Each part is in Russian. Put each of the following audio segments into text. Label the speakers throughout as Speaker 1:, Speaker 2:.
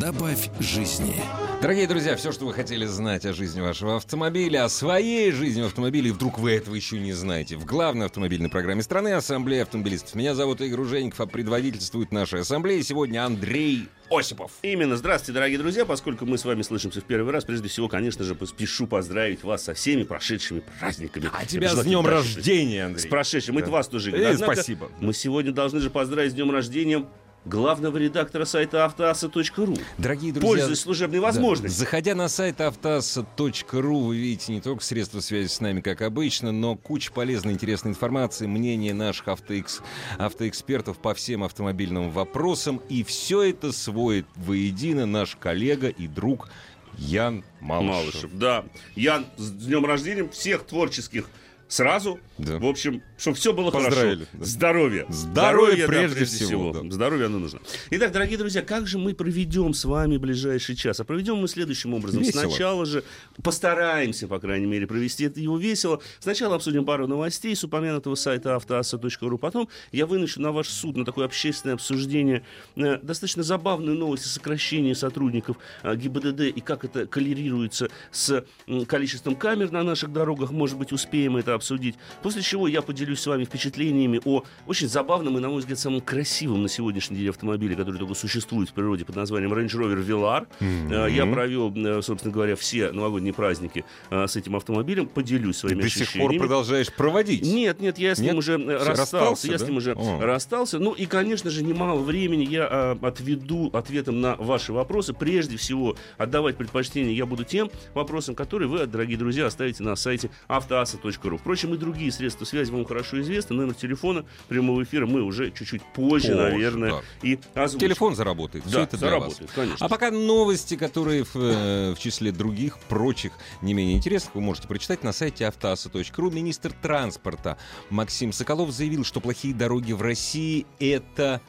Speaker 1: Добавь жизни.
Speaker 2: Дорогие друзья, все, что вы хотели знать о жизни вашего автомобиля, о своей жизни в автомобиле, и вдруг вы этого еще не знаете, в главной автомобильной программе страны Ассамблея автомобилистов. Меня зовут Игорь Жеников, а предводительствует наша ассамблея сегодня Андрей Осипов.
Speaker 3: Именно. Здравствуйте, дорогие друзья. Поскольку мы с вами слышимся в первый раз, прежде всего, конечно же, спешу поздравить вас со всеми прошедшими праздниками.
Speaker 2: А тебя
Speaker 3: Я
Speaker 2: с
Speaker 3: желаю
Speaker 2: днем
Speaker 3: тебе прошедших-
Speaker 2: рождения, Андрей.
Speaker 3: С прошедшим. И
Speaker 2: Да.
Speaker 3: вас тоже,
Speaker 2: Э,
Speaker 3: Игорь. Однако
Speaker 2: спасибо.
Speaker 3: Мы сегодня должны же поздравить с днем рождения главного редактора сайта автоаса.ру.
Speaker 2: Дорогие друзья,
Speaker 3: Пользуясь служебной
Speaker 2: да,
Speaker 3: возможностью.
Speaker 2: заходя на сайт автоаса.ру, вы видите не только средства связи с нами, как обычно, но куча полезной, интересной информации, мнения наших автоэкс- автоэкспертов по всем автомобильным вопросам. И все это сводит воедино наш коллега и друг Ян Малышев.
Speaker 3: Малышев. Да. Ян, с днем рождения всех творческих сразу.
Speaker 2: Да.
Speaker 3: В общем, чтобы все было
Speaker 2: Поздравили,
Speaker 3: хорошо.
Speaker 2: да.
Speaker 3: Здоровье.
Speaker 2: Здоровье
Speaker 3: да,
Speaker 2: прежде всего, да.
Speaker 3: Здоровье оно нужно. Итак, дорогие друзья, как же мы проведем с вами ближайший час? А проведем мы следующим образом.
Speaker 2: Весело.
Speaker 3: Сначала же постараемся, по крайней мере, провести это его весело. Сначала обсудим пару новостей с упомянутого сайта автоаса.ру. Потом я выношу на ваш суд, на такое общественное обсуждение, э, достаточно забавную новость о сокращении сотрудников э, ГИБДД и как это коллерируется с м, количеством камер на наших дорогах. Может быть, успеем это обсудить. После чего я поделюсь с вами впечатлениями о очень забавном и, на мой взгляд, самом красивом на сегодняшний день автомобиле, который только существует в природе под названием Range Rover Velar. Э, Я провел, э, собственно говоря, все новогодние праздники э, с этим автомобилем. Поделюсь своими
Speaker 2: До сих пор
Speaker 3: ощущениями.
Speaker 2: продолжаешь проводить.
Speaker 3: Нет, нет, я с
Speaker 2: Нет?
Speaker 3: ним уже э,
Speaker 2: Всё,
Speaker 3: расстался.
Speaker 2: расстался, да?
Speaker 3: я с ним уже
Speaker 2: О.
Speaker 3: расстался. Ну и, конечно же, немало времени я э, отведу ответом на ваши вопросы. Прежде всего, отдавать предпочтение я буду тем вопросам, которые вы, дорогие друзья, оставите на сайте автоаса.ру. Впрочем, и другие средства связи вам хорошо известны. Номер телефона прямого эфира мы уже чуть-чуть позже,
Speaker 2: Позже,
Speaker 3: наверное,
Speaker 2: да.
Speaker 3: и озвучим.
Speaker 2: Телефон заработает.
Speaker 3: Да,
Speaker 2: Все это для вас.
Speaker 3: заработает, конечно.
Speaker 2: А пока новости, которые в, э, в числе других, прочих, не менее интересных, вы можете прочитать на сайте автоаса.ру. Министр транспорта Максим Соколов заявил, что плохие дороги в России — это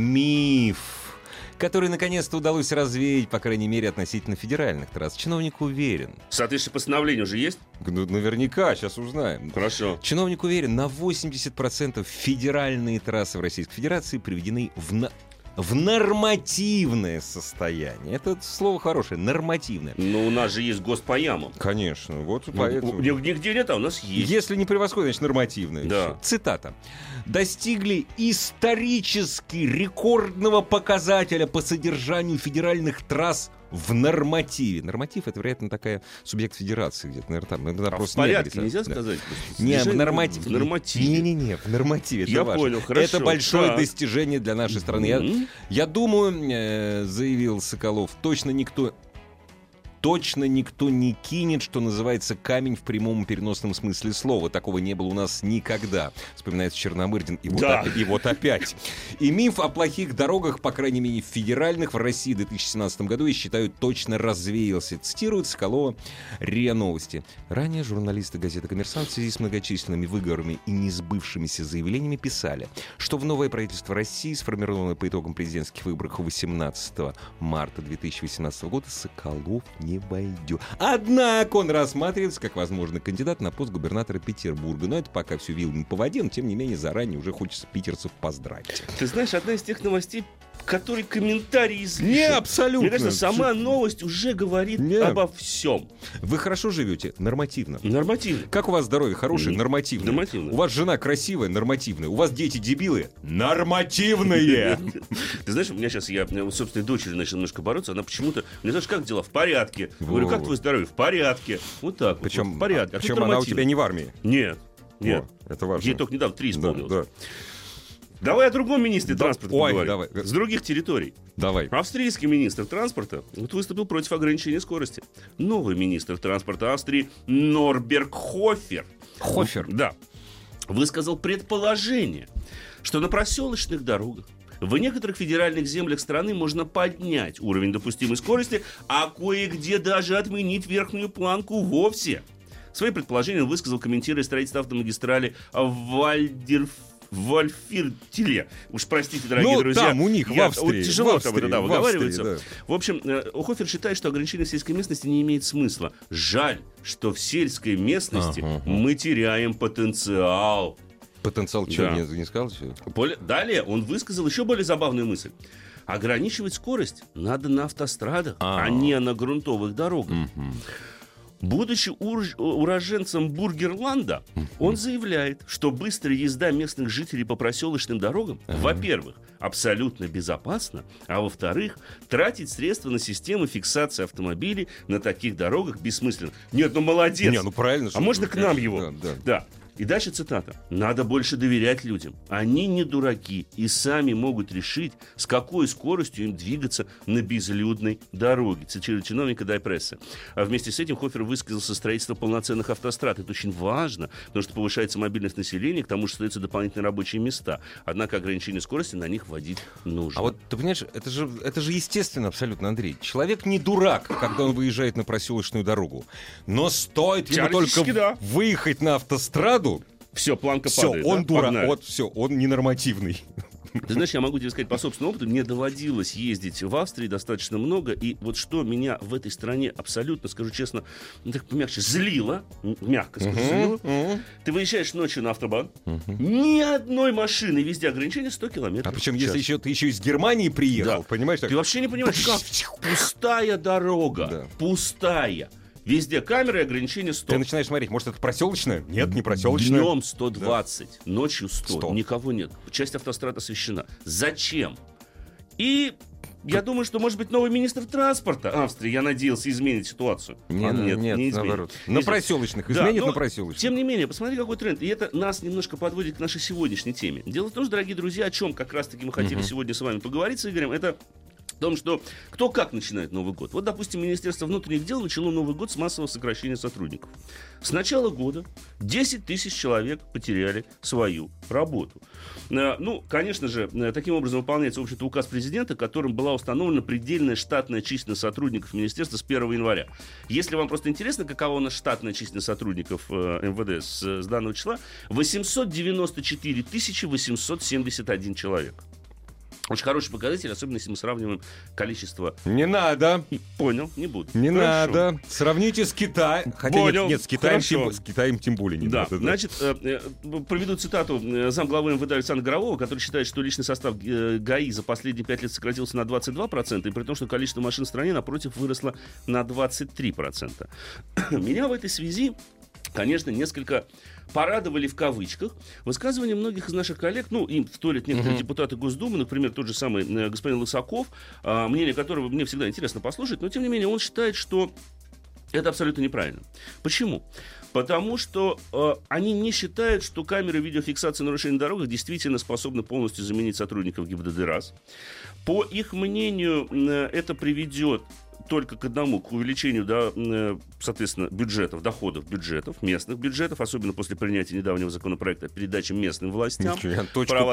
Speaker 2: миф который наконец-то удалось развеять, по крайней мере, относительно федеральных трасс. Чиновник уверен.
Speaker 3: Соответствующее постановление уже есть?
Speaker 2: Ну, наверняка, сейчас узнаем.
Speaker 3: Хорошо.
Speaker 2: Чиновник уверен, на 80% федеральные трассы в Российской Федерации приведены в, на- в нормативное состояние. Это слово хорошее, нормативное. Ну,
Speaker 3: Но у нас же есть госпоямом.
Speaker 2: Конечно, вот
Speaker 3: Нигде нет, а у нас есть.
Speaker 2: Если не превосходит, значит нормативное.
Speaker 3: Да.
Speaker 2: Всё. Цитата. Достигли исторически рекордного показателя по содержанию федеральных трасс в нормативе. Норматив это, вероятно, такая субъект федерации где-то, наверное, там. иногда
Speaker 3: А в
Speaker 2: просто
Speaker 3: порядке
Speaker 2: не
Speaker 3: нельзя
Speaker 2: написано. Да.
Speaker 3: сказать?
Speaker 2: Не,
Speaker 3: Решение
Speaker 2: в нормативе.
Speaker 3: В нормативе.
Speaker 2: Не-не-не, в нормативе. это
Speaker 3: Я
Speaker 2: важно.
Speaker 3: понял, хорошо,
Speaker 2: Это большое
Speaker 3: так.
Speaker 2: достижение для нашей страны. Я-
Speaker 3: Мгм.
Speaker 2: Я, думаю, э, заявил Соколов, точно никто... Точно никто не кинет, что называется, камень в прямом и переносном смысле слова. Такого не было у нас никогда. Вспоминается Черномырдин. И вот,
Speaker 3: Да.
Speaker 2: опя- и вот опять. И миф о плохих дорогах, по крайней мере, федеральных в России в 2017 году, я считаю, точно развеялся. Цитирует Соколова РИА Новости. Ранее журналисты газеты «Коммерсант» в связи с многочисленными выговорами и несбывшимися заявлениями писали, что в новое правительство России, сформированное по итогам президентских выборов 18 марта 2018 года, Соколов не войдет. Однако он рассматривается как возможный кандидат на пост губернатора Петербурга. Но это пока все вилами по воде, но тем не менее заранее уже хочется питерцев поздравить.
Speaker 3: Ты знаешь, одна из тех новостей, которые комментарии излишни.
Speaker 2: абсолютно.
Speaker 3: Мне кажется, сама новость уже говорит
Speaker 2: Не.
Speaker 3: обо всем.
Speaker 2: Вы хорошо живете? Нормативно.
Speaker 3: Нормативно.
Speaker 2: Как у вас здоровье хорошее?
Speaker 3: Мгм.
Speaker 2: Нормативное.
Speaker 3: Нормативное.
Speaker 2: У вас жена красивая? Нормативная. У вас дети дебилы? Нормативные.
Speaker 3: Ты знаешь, у меня сейчас я э, вот с собственной дочерью начал немножко бороться. Она почему-то. Мне знаешь, как дела? В порядке. Я Говорю, как
Speaker 2: Во.
Speaker 3: твое здоровье? В порядке. Вот так. вот,
Speaker 2: Причем,
Speaker 3: вот, в порядке. А ты
Speaker 2: причем она у
Speaker 3: нормативно.
Speaker 2: тебя не в армии.
Speaker 3: Нет. Нет.
Speaker 2: О, это важно.
Speaker 3: Ей только недавно три
Speaker 2: Да,
Speaker 3: исполнилось.
Speaker 2: да.
Speaker 3: Давай о другом министре
Speaker 2: Да,
Speaker 3: транспорта
Speaker 2: ой,
Speaker 3: поговорим.
Speaker 2: давай.
Speaker 3: С других территорий.
Speaker 2: Давай.
Speaker 3: Австрийский министр транспорта вот выступил против ограничения скорости. Новый министр транспорта Австрии Норберг Хофер.
Speaker 2: Хофер.
Speaker 3: Да. Высказал предположение, что на проселочных дорогах в некоторых федеральных землях страны можно поднять уровень допустимой скорости, а кое-где даже отменить верхнюю планку вовсе. Свои предположения он высказал, комментируя строительство автомагистрали Вальдерф Вольфиртиле. Уж простите, дорогие
Speaker 2: Ну,
Speaker 3: друзья.
Speaker 2: там у них, в
Speaker 3: я-
Speaker 2: Австрии,
Speaker 3: вот тяжело
Speaker 2: в Австрии,
Speaker 3: там это, да,
Speaker 2: в
Speaker 3: выговаривается.
Speaker 2: Австрии,
Speaker 3: В общем, э, Хофер считает, что ограничение сельской местности не имеет смысла. Жаль, что в сельской местности
Speaker 2: Ага.
Speaker 3: мы теряем потенциал.
Speaker 2: Потенциал чего
Speaker 3: Да.
Speaker 2: не, не сказал? всё?
Speaker 3: Более- Далее он высказал еще более забавную мысль. Ограничивать скорость надо на автострадах, а,
Speaker 2: А.
Speaker 3: не на грунтовых дорогах. Будучи урж- уроженцем Бургерланда, он заявляет, что быстрая езда местных жителей по проселочным дорогам, во-первых, абсолютно безопасна, а во-вторых, тратить средства на системы фиксации автомобилей на таких дорогах бессмысленно. Нет, ну молодец.
Speaker 2: Не, ну правильно.
Speaker 3: А
Speaker 2: что-
Speaker 3: можно к нам его?
Speaker 2: Да, да.
Speaker 3: Да. И дальше цитата. «Надо больше доверять людям. Они не дураки и сами могут решить, с какой скоростью им двигаться на безлюдной дороге», цитирует чиновника Дайпресса. А вместе с этим Хофер высказался строительство полноценных автострад. Это очень важно, потому что повышается мобильность населения, к тому же остаются дополнительные рабочие места. Однако ограничение скорости на них вводить нужно.
Speaker 2: А вот ты понимаешь, это же, это же естественно абсолютно, Андрей. Человек не дурак, когда он выезжает на проселочную дорогу. Но стоит ему
Speaker 3: Теоретически,
Speaker 2: только
Speaker 3: да.
Speaker 2: выехать на автостраду,
Speaker 3: все, планка
Speaker 2: все,
Speaker 3: падает.
Speaker 2: он
Speaker 3: да?
Speaker 2: дурак,
Speaker 3: Погнали.
Speaker 2: вот все, он ненормативный.
Speaker 3: Ты знаешь, я могу тебе сказать по собственному опыту, мне доводилось ездить в Австрии достаточно много, и вот что меня в этой стране абсолютно, скажу честно, ну, так мягче, злило, м- мягко скажу, злило. Ты выезжаешь ночью на автобан, ни одной машины, везде ограничение 100
Speaker 2: ну. А
Speaker 3: километров.
Speaker 2: причем,
Speaker 3: в
Speaker 2: если
Speaker 3: час.
Speaker 2: еще ты еще из Германии приехал,
Speaker 3: Да.
Speaker 2: понимаешь, так,
Speaker 3: Ты вообще не понимаешь, как пустая дорога,
Speaker 2: Да.
Speaker 3: пустая, везде камеры и ограничение 100.
Speaker 2: ты начинаешь смотреть, может, это проселочная? Нет, не проселочная.
Speaker 3: Днем 120, ночью 100.
Speaker 2: 100.
Speaker 3: Никого нет. Часть автострад освещена. Зачем? И я думаю, что, может быть, новый министр транспорта Австрии, я надеялся, изменит ситуацию. А изменит.
Speaker 2: наоборот.
Speaker 3: Не
Speaker 2: На
Speaker 3: изменит.
Speaker 2: проселочных,
Speaker 3: Да,
Speaker 2: изменит
Speaker 3: но,
Speaker 2: на проселочных.
Speaker 3: Тем не менее, посмотри, какой тренд. И это нас немножко подводит к нашей сегодняшней теме. Дело в том, что, дорогие друзья, о чем как раз-таки мы хотели сегодня с вами поговорить с Игорем, это в том, что кто как начинает Новый год. Вот, допустим, Министерство внутренних дел начало Новый год с массового сокращения сотрудников. С начала года 10 тысяч человек потеряли свою работу. Э, Ну, конечно же, э, таким образом выполняется, в общем-то, указ президента, которым была установлена предельная штатная численность сотрудников министерства с 1 января. Если вам просто интересно, какова у нас штатная численность сотрудников э, МВД с, э, с данного числа, 894 871 человек. Очень хороший показатель, особенно если мы сравниваем количество... Хм,
Speaker 2: Не надо,
Speaker 3: Понял, не буду.
Speaker 2: не
Speaker 3: Хорошо.
Speaker 2: надо. Сравните с Китаем. Хотя
Speaker 3: Понял,
Speaker 2: нет, нет, с Китаем,
Speaker 3: хорошо.
Speaker 2: тем, с Китаем тем более не
Speaker 3: Да,
Speaker 2: надо. да.
Speaker 3: значит, э, э, проведу цитату э, замглавы МВД Александра Горового, который считает, что личный состав э, ГАИ за последние пять лет сократился на 22%, и при том, что количество машин в стране, напротив, выросло на 23%. Меня в этой связи, конечно, несколько порадовали в кавычках высказывания многих из наших коллег, ну, им вторят некоторые депутаты Госдумы, например, тот же самый э, господин Лысаков, а, мнение которого мне всегда интересно послушать, но, тем не менее, он считает, что это абсолютно неправильно. Почему? Потому что э, они не считают, что камеры видеофиксации нарушений на дорогах действительно способны полностью заменить сотрудников ГИБДД раз. По их мнению, м, э, это приведет только к одному, к увеличению, да, м, э, соответственно, бюджетов, доходов бюджетов, местных бюджетов, особенно после принятия недавнего законопроекта о передаче местным властям,
Speaker 2: Ничего, я точку-
Speaker 3: право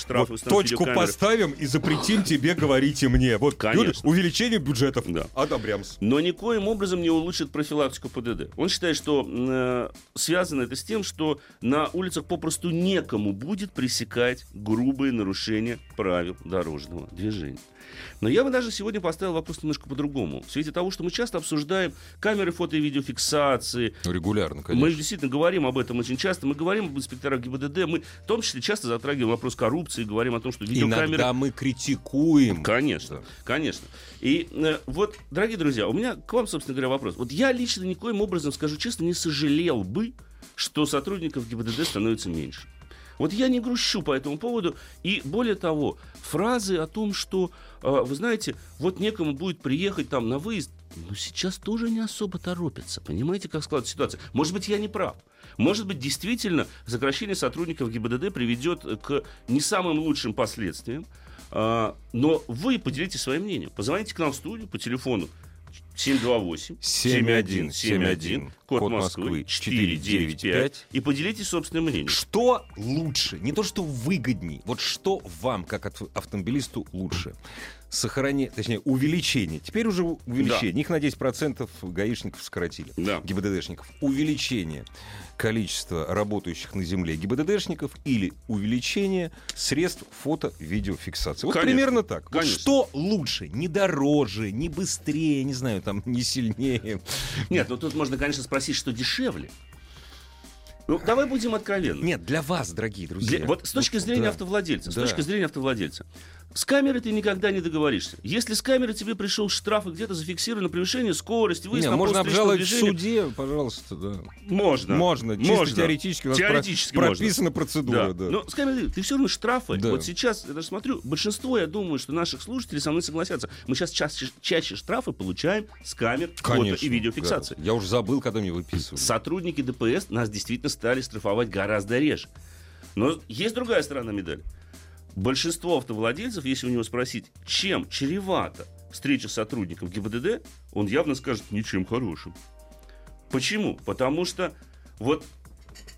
Speaker 2: Знаешь,
Speaker 3: штрафы,
Speaker 2: вот
Speaker 3: установить
Speaker 2: точку
Speaker 3: видеокамеры.
Speaker 2: поставим и запретим тебе говорить и мне. Вот
Speaker 3: Конечно.
Speaker 2: бюджет- увеличение бюджетов.
Speaker 3: Да.
Speaker 2: Одобрямс.
Speaker 3: но никоим образом не улучшит профилактику ПДД. Он считает, что э, связано это с тем, что на улицах попросту некому будет пресекать грубые нарушения правил дорожного движения. Но я бы даже сегодня поставил вопрос немножко по-другому. В свете того, что мы часто обсуждаем камеры фото- и видеофиксации,
Speaker 2: Регулярно,
Speaker 3: мы действительно говорим об этом очень часто. Мы говорим об инспекторах ГИБДД. Мы в том числе часто затрагиваем вопрос коррупции, говорим о том, что видеокамеры
Speaker 2: Иногда мы критикуем.
Speaker 3: Конечно,
Speaker 2: Да.
Speaker 3: конечно. И э, вот, дорогие друзья, у меня к вам, собственно говоря, вопрос. Вот я лично никоим образом, скажу честно, не сожалел бы, что сотрудников ГИБДД становится меньше. Вот я не грущу по этому поводу. И более того, фразы о том, что, э, вы знаете, вот некому будет приехать там на выезд, ну сейчас тоже не особо торопятся. Понимаете, как складывается ситуация? Может быть, я не прав. Может быть, действительно, сокращение сотрудников ГИБДД приведет э, к не самым лучшим последствиям. А, Но вы поделитесь своим мнением. Позвоните к нам в студию по телефону 728
Speaker 2: 7171,
Speaker 3: 7171,
Speaker 2: код
Speaker 3: код
Speaker 2: Москвы,
Speaker 3: Москвы 495 и поделитесь собственным мнением.
Speaker 2: Что лучше? Не то, что выгодней. Вот что вам, как ав- автомобилисту, лучше? Сохранение, точнее, увеличение. Теперь уже увеличение. Них на 10% гаишников сократили.
Speaker 3: Да.
Speaker 2: ГИБДДшников. Увеличение количества работающих на земле ГИБДДшников или увеличение средств фото-видеофиксации. Вот
Speaker 3: Конечно.
Speaker 2: примерно так. Вот
Speaker 3: Конечно.
Speaker 2: что лучше? Не дороже, не быстрее, не знаю, там, не сильнее.
Speaker 3: Нет, ну тут можно, конечно, спросить, что дешевле. Ну, давай будем откровенны.
Speaker 2: Нет, для вас, дорогие друзья.
Speaker 3: Для- вот с точки
Speaker 2: Вот,
Speaker 3: зрения
Speaker 2: да.
Speaker 3: автовладельца, с
Speaker 2: Да.
Speaker 3: точки зрения автовладельца, с камерой ты никогда не договоришься. Если с камеры тебе пришел штраф и где-то зафиксировано превышение скорости, выезд
Speaker 2: Не,
Speaker 3: на
Speaker 2: можно
Speaker 3: пост встречного
Speaker 2: обжаловать в
Speaker 3: движения.
Speaker 2: суде, пожалуйста, да.
Speaker 3: Можно.
Speaker 2: Можно, чисто
Speaker 3: Можно.
Speaker 2: теоретически у нас про-
Speaker 3: Теоретически можно. Ну,
Speaker 2: прописана процедура, да.
Speaker 3: Но с камерой ты все равно штрафы.
Speaker 2: Да.
Speaker 3: Вот сейчас, я даже смотрю, большинство, я думаю, что наших слушателей со мной согласятся. Мы сейчас чаще, чаще штрафы получаем с камер фото и видеофиксации.
Speaker 2: да. Я уже забыл, когда мне выписывали.
Speaker 3: Сотрудники ДПС нас действительно стали штрафовать гораздо реже. Но есть другая сторона медали. Большинство автовладельцев, если у него спросить, чем чревата встреча с сотрудником ГИБДД, он явно скажет ничем хорошим. Почему? Потому что вот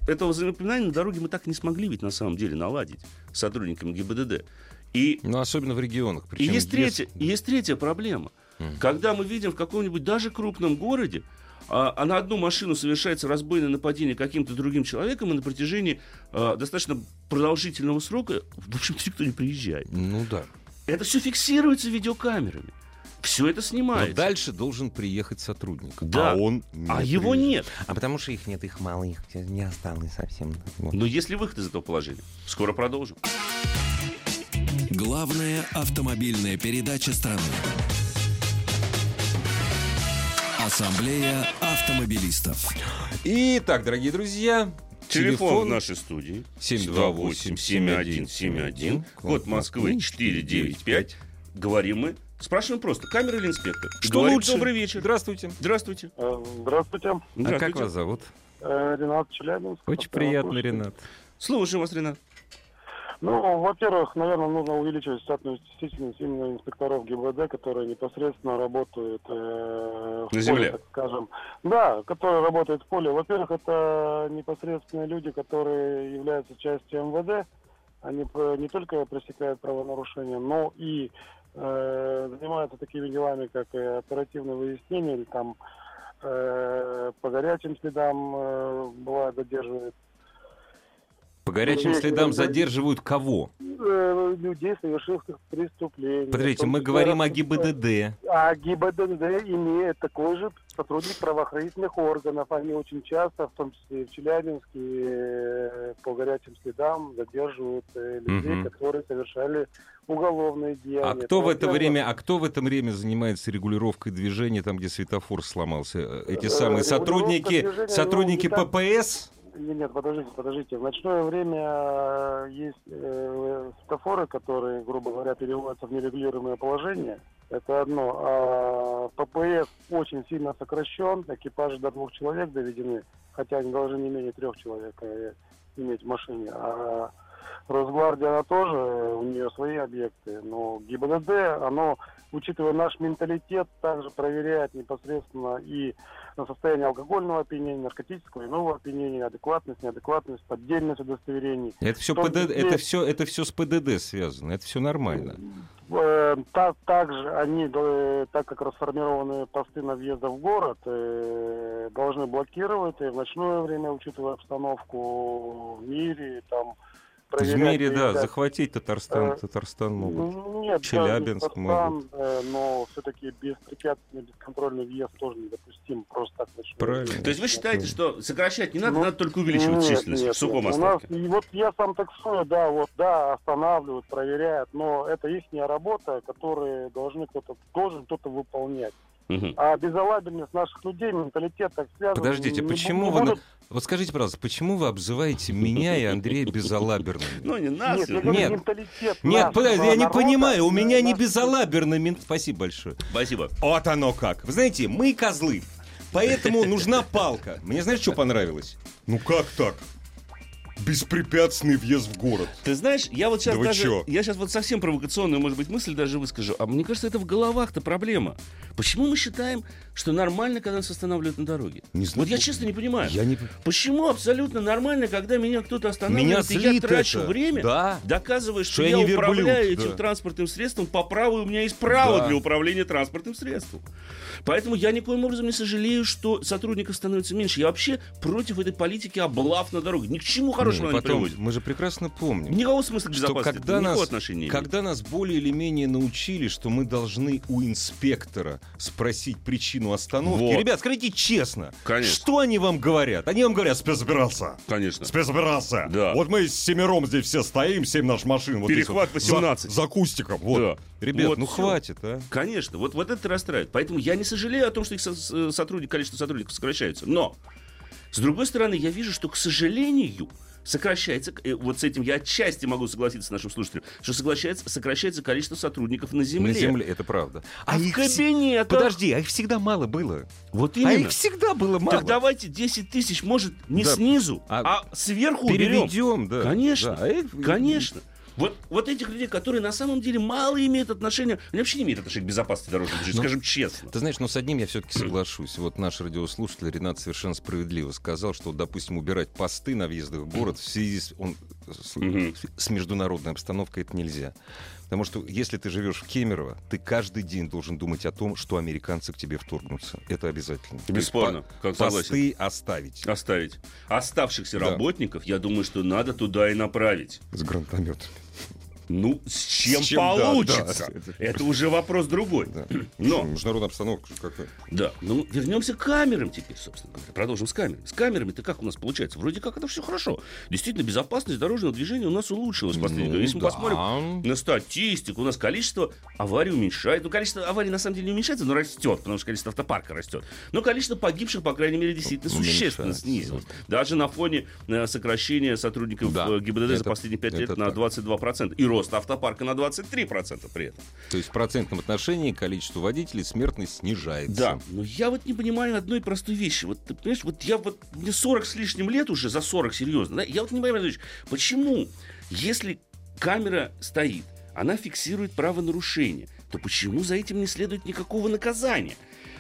Speaker 3: этого взаимопонимания на дороге мы так и не смогли ведь на самом деле наладить с сотрудниками ГИБДД. И
Speaker 2: Ну, особенно в регионах.
Speaker 3: и
Speaker 2: причем
Speaker 3: есть,
Speaker 2: без-
Speaker 3: третья, и есть третья проблема.
Speaker 2: Мгм.
Speaker 3: Когда мы видим в каком-нибудь даже крупном городе, а, а на одну машину совершается разбойное нападение каким-то другим человеком, и на протяжении а, достаточно продолжительного срока, в общем-то, никто не приезжает.
Speaker 2: Ну да.
Speaker 3: Это все фиксируется видеокамерами. Все это
Speaker 2: Но
Speaker 3: снимается.
Speaker 2: дальше должен приехать сотрудник.
Speaker 3: Да.
Speaker 2: А он не
Speaker 3: а его
Speaker 2: приезжает.
Speaker 3: нет.
Speaker 2: А потому что их нет, их мало, их не осталось совсем. Вот.
Speaker 3: Но есть ли выход из этого положения? Скоро продолжим.
Speaker 1: Главная автомобильная передача страны. Ассамблея автомобилистов.
Speaker 2: Итак, дорогие друзья,
Speaker 3: Телефон, в нашей студии 728-7171, код Москвы 495. Говорим мы, спрашиваем просто, камера или инспектор? И
Speaker 2: Что
Speaker 3: говорит,
Speaker 2: лучше?
Speaker 3: Добрый вечер.
Speaker 2: Здравствуйте.
Speaker 3: Здравствуйте.
Speaker 4: Э, Здравствуйте,
Speaker 2: А как
Speaker 3: Здравствуйте.
Speaker 2: вас зовут?
Speaker 4: Э, Ренат Челябинск.
Speaker 2: Очень
Speaker 4: автовоз.
Speaker 2: приятно, Ренат.
Speaker 3: Слушаем вас, Ренат.
Speaker 4: Ну, во-первых, наверное, нужно увеличивать штатную численность именно инспекторов ГИБДД, которые непосредственно работают э,
Speaker 3: На
Speaker 4: в поле,
Speaker 3: земле.
Speaker 4: так скажем. Да, которые работают в поле. Во-первых, это непосредственные люди, которые являются частью МВД. Они э, не только пресекают правонарушения, но и э, занимаются такими делами, как э, оперативное выяснение или там э, по горячим следам э, бывает задерживают
Speaker 2: По горячим следам задерживают кого?
Speaker 4: э, людей, совершивших преступления.
Speaker 2: Подождите,
Speaker 4: В том
Speaker 2: мы
Speaker 4: числе
Speaker 2: говорим о
Speaker 4: раз-
Speaker 2: ГИБДД.
Speaker 4: А ГИБДД имеет такой же сотрудник правоохранительных органов. Они очень часто, в том числе и в Челябинске, э, по горячим следам задерживают э, людей,
Speaker 2: Мгм.
Speaker 4: которые совершали уголовные деяния.
Speaker 2: А кто в это
Speaker 4: Соответственно,
Speaker 2: время, а кто в это время занимается регулировкой движения там, где светофор сломался? Э, Эти
Speaker 4: Э,
Speaker 2: самые
Speaker 4: регулировка
Speaker 2: сотрудники,
Speaker 4: движения, ну,
Speaker 2: сотрудники
Speaker 4: не так.
Speaker 2: ППС?
Speaker 4: Не- Нет, подождите, подождите. В ночное время э, есть э, светофоры, которые, грубо говоря, переводятся в нерегулируемое положение. Это одно. А ППС очень сильно сокращен, экипажи до двух человек доведены, хотя они должны не менее трех человек э, иметь в машине. А Росгвардия, она тоже, э, у нее свои объекты, но ГИБДД, оно, учитывая наш менталитет, также проверяет непосредственно и на состояние алкогольного опьянения, наркотического, иного опьянения, адекватность, неадекватность, поддельность удостоверений.
Speaker 2: Это все,
Speaker 4: В том
Speaker 2: ПД, это
Speaker 4: числе-
Speaker 2: все, это все с ПДД связано, это все нормально.
Speaker 4: Э, та- также они, э, так как расформированы посты на въезда в город, э, должны блокировать и в ночное время, учитывая обстановку в мире, там
Speaker 2: В
Speaker 4: проверять
Speaker 2: мире, да,
Speaker 4: выезда.
Speaker 2: захватить Татарстан,
Speaker 4: Э,
Speaker 2: Татарстан могут.
Speaker 4: Ну, Нет,
Speaker 2: Челябинск
Speaker 4: да, не Татарстан,
Speaker 2: могут.
Speaker 4: э, но все-таки беспрепятственный, бесконтрольный въезд тоже недопустим, просто так ночное
Speaker 2: Правильно.
Speaker 4: время.
Speaker 3: То есть вы считаете, что сокращать не надо,
Speaker 4: Ну,
Speaker 3: надо только увеличивать
Speaker 4: Нет,
Speaker 3: численность
Speaker 4: нет,
Speaker 3: в сухом
Speaker 4: нет. У
Speaker 3: остатке?
Speaker 4: нас- и вот я сам таксую, да, вот, да, останавливают, проверяют, но это их работа, которую должны кто-то, должен кто-то выполнять.
Speaker 3: Мгм.
Speaker 4: А безалабельность наших людей, менталитет так связан.
Speaker 2: Подождите,
Speaker 4: не
Speaker 2: почему
Speaker 4: бу-
Speaker 2: вы...
Speaker 4: не
Speaker 2: на-
Speaker 4: будут-
Speaker 2: Вот скажите, пожалуйста, почему вы обзываете меня и Андрея безалаберными?
Speaker 3: Ну, не нас.
Speaker 4: Нет, я
Speaker 3: Нет,
Speaker 4: говорю,
Speaker 2: Нет.
Speaker 4: менталитет
Speaker 2: Нет,
Speaker 4: нашего
Speaker 2: подожди, я не
Speaker 4: народа,
Speaker 2: понимаю, у меня не
Speaker 4: наших-
Speaker 2: безалаберный мент. Спасибо большое.
Speaker 3: Спасибо.
Speaker 2: Вот оно как. Вы знаете, мы козлы. Поэтому нужна палка. Мне знаешь, что понравилось? Ну как так? Беспрепятственный въезд в город.
Speaker 3: Ты знаешь, я вот сейчас
Speaker 2: Да вы
Speaker 3: даже,
Speaker 2: чё?
Speaker 3: я сейчас вот совсем провокационную, может быть, мысль даже выскажу, а мне кажется, это в головах-то проблема. Почему мы считаем, что нормально, когда нас останавливают на дороге?
Speaker 2: Не знаю.
Speaker 3: Вот я честно не понимаю.
Speaker 2: Я не...
Speaker 3: Почему абсолютно нормально, когда меня кто-то останавливает,
Speaker 2: Меня
Speaker 3: и я
Speaker 2: злит
Speaker 3: трачу
Speaker 2: это.
Speaker 3: время,
Speaker 2: Да.
Speaker 3: доказывая, что,
Speaker 2: Что я
Speaker 3: я,
Speaker 2: не верблюд,
Speaker 3: управляю
Speaker 2: да.
Speaker 3: этим транспортным средством по праву, и у меня есть право
Speaker 2: Да.
Speaker 3: для управления транспортным средством. Поэтому я никоим образом не сожалею, что сотрудников становится меньше. Я вообще против этой политики облав на дорогах. Ни к чему
Speaker 2: Не,
Speaker 3: хорошему она не
Speaker 2: Ну, потом,
Speaker 3: приводит.
Speaker 2: мы же прекрасно помним.
Speaker 3: Никакого смысла к
Speaker 2: что
Speaker 3: безопасности,
Speaker 2: когда
Speaker 3: никакого
Speaker 2: нас,
Speaker 3: отношения не имеет.
Speaker 2: когда нас более или менее научили, что мы должны у инспектора спросить причину остановки.
Speaker 3: Вот.
Speaker 2: Ребят, скажите честно,
Speaker 3: Конечно.
Speaker 2: что они вам говорят? Они вам говорят, спецбирался.
Speaker 3: Конечно.
Speaker 2: Спецбирался.
Speaker 3: Да.
Speaker 2: Вот мы с семером здесь все стоим, семь наш машин. Вот
Speaker 3: Перехват
Speaker 2: здесь вот,
Speaker 3: 18.
Speaker 2: За, за кустиком. Вот.
Speaker 3: Да.
Speaker 2: Ребят,
Speaker 3: Вот
Speaker 2: ну
Speaker 3: всё.
Speaker 2: хватит, а.
Speaker 3: Конечно, вот, вот это расстраивает. Поэтому я не сожалею о том, что их со- с- э, сотрудник, количество сотрудников сокращается. Но, с другой стороны, я вижу, что, к сожалению, сокращается, э, вот с этим я отчасти могу согласиться с нашим слушателем, что сокращается, сокращается количество сотрудников на земле.
Speaker 2: На земле, это правда.
Speaker 3: А в
Speaker 2: их вс-
Speaker 3: кабинетах...
Speaker 2: Подожди, а их всегда мало было.
Speaker 3: Вот
Speaker 2: А
Speaker 3: именно.
Speaker 2: их всегда было мало.
Speaker 3: так давайте 10 тысяч, может, не
Speaker 2: Да.
Speaker 3: снизу,
Speaker 2: А
Speaker 3: а, сверху уберем.
Speaker 2: Переведем, да.
Speaker 3: Конечно,
Speaker 2: Да, а их-
Speaker 3: конечно. Вот, вот этих людей, которые на самом деле мало имеют отношения, они вообще не имеют отношения к безопасности дорожного движения,
Speaker 2: Ну,
Speaker 3: скажем честно.
Speaker 2: Ты знаешь, но с одним я все-таки соглашусь. Вот наш радиослушатель Ренат совершенно справедливо сказал, что, допустим, убирать посты на въездах в город в связи с, он, с,
Speaker 3: Мгм.
Speaker 2: с международной обстановкой это нельзя. Потому что если ты живешь в Кемерово, ты каждый день должен думать о том, что американцы к тебе вторгнутся. Это обязательно. То
Speaker 3: Бесспорно,
Speaker 2: есть
Speaker 3: как
Speaker 2: по-
Speaker 3: согласен.
Speaker 2: Посты оставить
Speaker 3: Оставить. Оставшихся
Speaker 2: Да.
Speaker 3: работников, я думаю, что надо туда и направить.
Speaker 2: с гранатометом.
Speaker 3: Ну, с чем,
Speaker 2: чем, да,
Speaker 3: получится?
Speaker 2: да.
Speaker 3: Это уже вопрос другой.
Speaker 2: Да.
Speaker 3: Но.
Speaker 2: Международная обстановка. же какая.
Speaker 3: Да, ну вернемся к камерам теперь, собственно говоря. Продолжим с камерами. С камерами-то как у нас получается? Вроде как это все хорошо. Действительно, безопасность дорожного движения у нас улучшилась в последнее
Speaker 2: Ну
Speaker 3: время. Если
Speaker 2: да.
Speaker 3: мы посмотрим на статистику, у нас количество аварий уменьшает. Ну, количество аварий на самом деле не уменьшается, но растет, потому что количество автопарка растет. Но количество погибших, по крайней мере, действительно
Speaker 2: Уменьшается.
Speaker 3: существенно снизилось. Даже на фоне э, сокращения сотрудников
Speaker 2: Да,
Speaker 3: э, ГИБДД за
Speaker 2: это-
Speaker 3: последние 5 лет
Speaker 2: это
Speaker 3: на
Speaker 2: так.
Speaker 3: 22%. И рост автопарка на 23% при этом.
Speaker 2: То есть в процентном отношении количество водителей смертность снижается.
Speaker 3: Да, но я вот не понимаю одной простой вещи. Вот ты понимаешь, вот я вот мне 40 с лишним лет уже, за 40 серьезно, да, я вот не понимаю одну вещь. Почему, если камера стоит, она фиксирует правонарушение, то почему за этим не следует никакого наказания?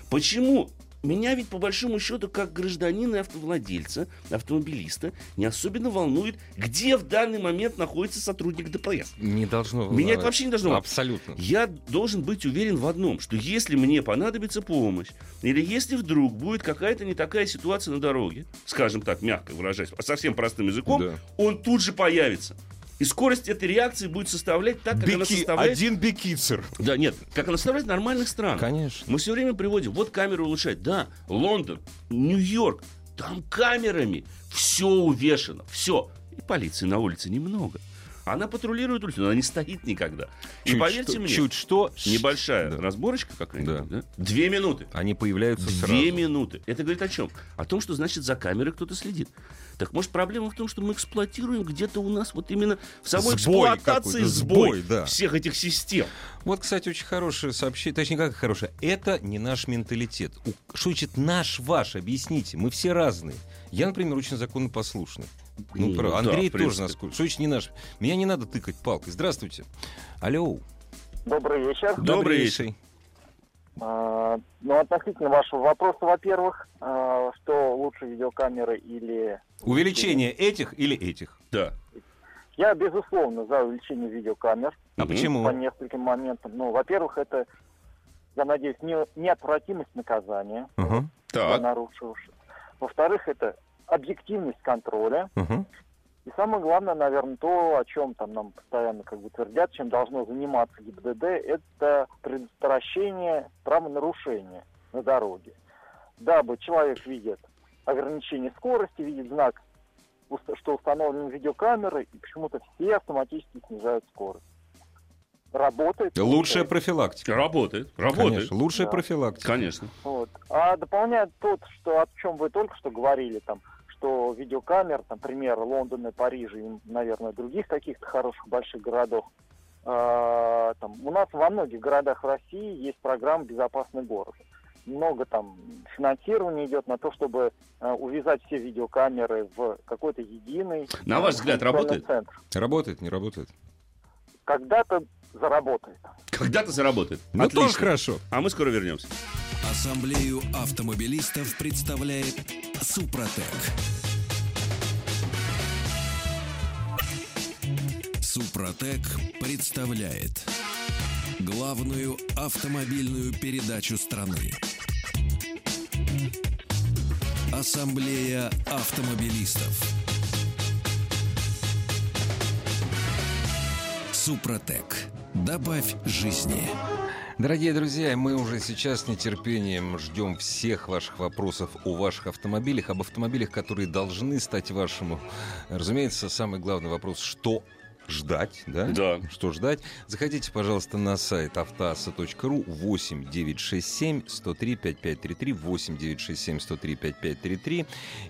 Speaker 3: Почему меня ведь по большому счету, как гражданина и автовладельца, автомобилиста, не особенно волнует, где в данный момент находится сотрудник ДПС.
Speaker 2: Не должно
Speaker 3: Меня это вообще не должно волновать.
Speaker 2: Абсолютно.
Speaker 3: Я должен быть уверен в одном, что если мне понадобится помощь, или если вдруг будет какая-то не такая ситуация на дороге, скажем так, мягко выражаясь, а совсем простым языком,
Speaker 2: Да.
Speaker 3: он тут же появится. И скорость этой реакции будет составлять так, как она составляет...
Speaker 2: Один бекицер.
Speaker 3: Да, нет, как она составляет в нормальных странах.
Speaker 2: Конечно.
Speaker 3: Мы все время приводим, вот камеры улучшать. Да, Лондон, Нью-Йорк, там камерами все увешано, все. И полиции на улице немного. Она патрулирует улицу, но она не стоит никогда. И поверьте
Speaker 2: что,
Speaker 3: мне,
Speaker 2: Чуть что.
Speaker 3: небольшая
Speaker 2: Да.
Speaker 3: разборочка какая-нибудь, да. Две минуты.
Speaker 2: Они появляются сразу.
Speaker 3: Две минуты. Это говорит о чем? О том, что значит за камерой кто-то следит. Так может проблема в том, что мы эксплуатируем где-то у нас вот именно в самой
Speaker 2: Сбой
Speaker 3: эксплуатации
Speaker 2: какой-то,
Speaker 3: сбой,
Speaker 2: сбой, да.
Speaker 3: всех этих систем.
Speaker 2: Вот, кстати, очень хорошее сообщение. Точнее, как хорошее. Это не наш менталитет. У- Что значит наш, ваш? Объясните. Мы все разные. Я, например, очень законопослушный. Ну,
Speaker 3: Ну,
Speaker 2: про-
Speaker 3: да,
Speaker 2: Андрей
Speaker 3: в
Speaker 2: тоже
Speaker 3: принципе.
Speaker 2: насколько. Что значит не наш? Меня не надо тыкать палкой. Здравствуйте. Алло.
Speaker 4: Добрый вечер.
Speaker 3: Добрый
Speaker 2: Добрейший.
Speaker 4: А, Ну, относительно вашего вопроса, во-первых, а, что лучше видеокамеры или...
Speaker 2: Увеличение этих или этих?
Speaker 3: Да.
Speaker 4: Я, безусловно, за увеличение видеокамер
Speaker 2: А
Speaker 3: Мгм.
Speaker 2: почему?
Speaker 4: по нескольким моментам. Ну, во-первых, это, я надеюсь, не, неотвратимость наказания
Speaker 2: Ага,
Speaker 4: за
Speaker 3: Так.
Speaker 4: нарушивших. Во-вторых, это объективность контроля.
Speaker 2: ага.
Speaker 4: И самое главное, наверное, то, о чем там нам постоянно как бы твердят, чем должно заниматься ГИБДД, это предотвращение правонарушения на дороге. Дабы человек видит ограничение скорости, видит знак, уст- что установлены видеокамеры, и почему-то все автоматически снижают скорость. Работает.
Speaker 2: Лучшая
Speaker 4: получается.
Speaker 2: профилактика.
Speaker 3: Работает. Работает.
Speaker 2: Конечно, лучшая
Speaker 4: Да.
Speaker 2: профилактика.
Speaker 3: Конечно.
Speaker 4: Вот. А дополняет тот, что о чем вы только что говорили, там, что видеокамер, там, пример Лондона, Парижа и, наверное, других каких-то хороших больших городов, а, там, у нас во многих городах России есть программа «Безопасный город». Много там финансирования идет на то, чтобы а, увязать все видеокамеры в какой-то единый...
Speaker 3: На ваш взгляд,
Speaker 4: информационный
Speaker 3: работает?
Speaker 4: центр.
Speaker 2: Работает, не работает?
Speaker 4: Когда-то заработает.
Speaker 3: Когда-то заработает.
Speaker 2: Ну,
Speaker 3: Отлично.
Speaker 2: тоже хорошо.
Speaker 3: А мы скоро вернемся.
Speaker 1: Ассамблею автомобилистов представляет Супротек. Супротек представляет главную автомобильную передачу страны. Ассамблея автомобилистов. Супротек. Добавь жизни.
Speaker 2: Дорогие друзья, мы уже сейчас с нетерпением ждем всех ваших вопросов о ваших автомобилях, об автомобилях, которые должны стать вашему. Разумеется, самый главный вопрос, что ждать, да?
Speaker 3: Да.
Speaker 2: Что ждать? Заходите, пожалуйста, на сайт автоаса.ру 8967 103 5533 8967 103 5533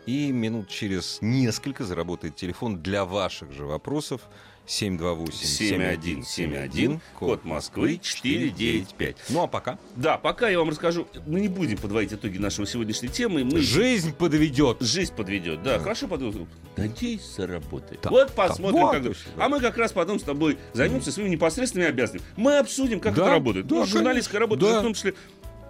Speaker 2: и минут через несколько заработает телефон для ваших же вопросов 728 7171
Speaker 3: 7171, код Москвы 495.
Speaker 2: Ну а пока
Speaker 3: Да, пока я вам расскажу, мы не будем подводить итоги нашего сегодняшней темы.
Speaker 2: Ну
Speaker 3: Мы
Speaker 2: жизнь подведет.
Speaker 3: жизнь подведет. Да, хорошо подведет. Надеюсь, заработает.
Speaker 2: Да,
Speaker 3: Вот
Speaker 2: да,
Speaker 3: посмотрим,
Speaker 2: вот
Speaker 3: как
Speaker 2: уж,
Speaker 3: будет.
Speaker 2: да.
Speaker 3: А мы как раз потом с тобой займемся своими непосредственными обязанностями. Мы обсудим, как
Speaker 2: Да,
Speaker 3: это работает.
Speaker 2: да,
Speaker 3: ну, журналистская работа
Speaker 2: конечно.
Speaker 3: же в том числе.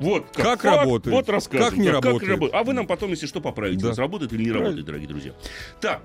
Speaker 3: Вот как,
Speaker 2: Как
Speaker 3: факт,
Speaker 2: работает,
Speaker 3: Вот расскажем.
Speaker 2: как не работает.
Speaker 3: А вы нам потом, если что, поправите,
Speaker 2: Да.
Speaker 3: у нас работает или не
Speaker 2: Правильно.
Speaker 3: работает, дорогие друзья. Так,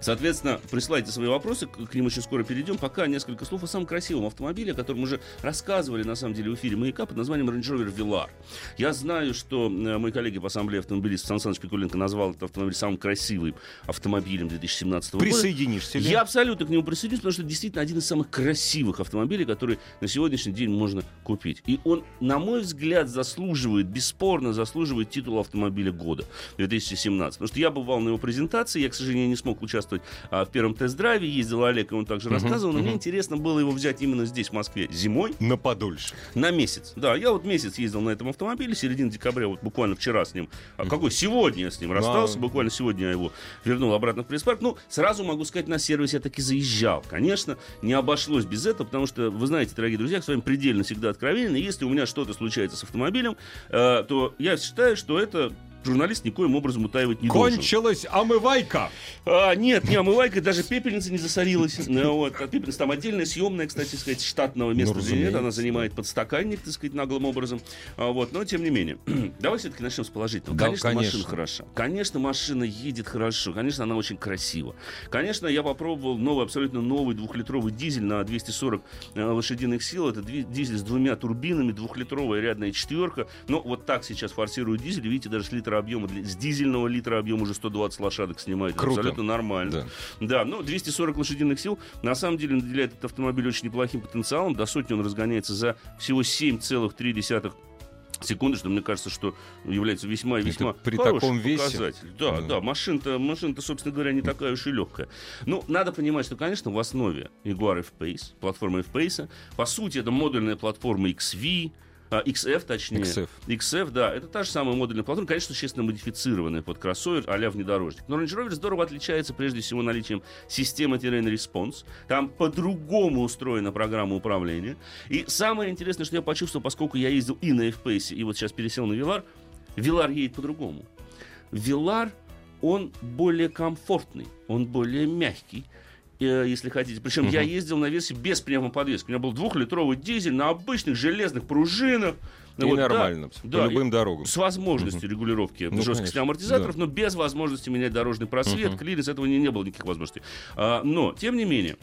Speaker 3: Соответственно, присылайте свои вопросы, к к ним очень скоро перейдем. Пока несколько слов о самом красивом автомобиле, о котором уже рассказывали на самом деле в эфире «Маяка» под названием Range Rover Velar. Я знаю, что э, мои коллеги по ассамблее автомобилистов Сан Саныч Пикуленко назвал этот автомобиль самым красивым автомобилем 2017 года.
Speaker 2: Присоединишься ли?
Speaker 3: Я абсолютно к нему присоединюсь, потому что это действительно один из самых красивых автомобилей, который на сегодняшний день можно купить. И он, на мой взгляд, заслуживает, бесспорно заслуживает титула автомобиля года 2017. Потому что я бывал на его презентации, я, к сожалению, не смог участвовать а, в первом тест-драйве, ездил Олег, и он также
Speaker 2: Мгм,
Speaker 3: рассказывал, но мне
Speaker 2: мгм.
Speaker 3: интересно было его взять именно здесь, в Москве, зимой,
Speaker 2: На подольше.
Speaker 3: на месяц. Да, я вот месяц ездил на этом автомобиле, середина декабря, вот буквально вчера с ним. А какой? Сегодня я с ним
Speaker 2: Да.
Speaker 3: расстался, буквально сегодня я его вернул обратно в пресс-парк. Ну, сразу могу сказать, на сервис я таки заезжал. Конечно, не обошлось без этого, потому что, вы знаете, дорогие друзья, я с вами предельно всегда откровенен. И если у меня что-то случается с автомобилем, э, то я считаю, что это журналист никоим образом утаивать не должен.
Speaker 2: Кончилась омывайка.
Speaker 3: А, нет, не омывайка, даже пепельница не засорилась. Ну, вот, а пепельница там отдельная, съемная, кстати сказать, штатного места
Speaker 2: Ну,
Speaker 3: для нее нет. Она
Speaker 2: разумеется.
Speaker 3: занимает подстаканник, так сказать, наглым образом. А, вот, но тем не менее. Давай все-таки начнем с положительного.
Speaker 2: Да,
Speaker 3: конечно,
Speaker 2: конечно.
Speaker 3: машина хороша. Конечно, машина едет хорошо. Конечно, она очень красива. Конечно, я попробовал новый, абсолютно новый двухлитровый дизель на 240 э, лошадиных сил. Это дви- дизель с двумя турбинами, двухлитровая рядная четверка. Но вот так сейчас форсируют дизель. Видите, даже с литра объема, для- с дизельного литра объема уже 120 лошадок снимает.
Speaker 2: Круто.
Speaker 3: Абсолютно нормально.
Speaker 2: Да.
Speaker 3: Да, ну 240 лошадиных сил на самом деле наделяет этот автомобиль очень неплохим потенциалом. До сотни он разгоняется за всего 7,3 секунды, что мне кажется, что является весьма и
Speaker 2: Это
Speaker 3: весьма
Speaker 2: при
Speaker 3: хорошим
Speaker 2: таком весе?
Speaker 3: показатель.
Speaker 2: Да.
Speaker 3: Да, да, машина-то, машина-то, собственно говоря, не такая уж и легкая. Ну, надо понимать, что, конечно, в основе Jaguar F-Pace, платформа F-Pace, по сути, это модульная платформа XV, а, XF, точнее.
Speaker 2: XF.
Speaker 3: XF, да, это та же самая модульная платформа, конечно, существенно модифицированная под кроссовер а-ля внедорожник. Но Range Rover здорово отличается прежде всего наличием системы Terrain Response. Там по-другому устроена программа управления. И самое интересное, что я почувствовал, поскольку я ездил и на F-Pace, и вот сейчас пересел на Velar, Velar едет по-другому. Velar, он более комфортный, он более мягкий. э, Если хотите. Причем я
Speaker 2: Мгм.
Speaker 3: ездил на версии без пневмоподвески. У меня был двухлитровый дизель на обычных железных пружинах.
Speaker 2: И
Speaker 3: Ну Вот, да.
Speaker 2: нормально. абсолютно.
Speaker 3: да,
Speaker 2: По любым дорогам.
Speaker 3: С возможностью регулировки
Speaker 2: Ну,
Speaker 3: жесткости
Speaker 2: конечно,
Speaker 3: амортизаторов, но без возможности менять дорожный просвет,
Speaker 2: Мгм.
Speaker 3: клиренс, этого не, не было никаких возможностей. А, но, тем не менее,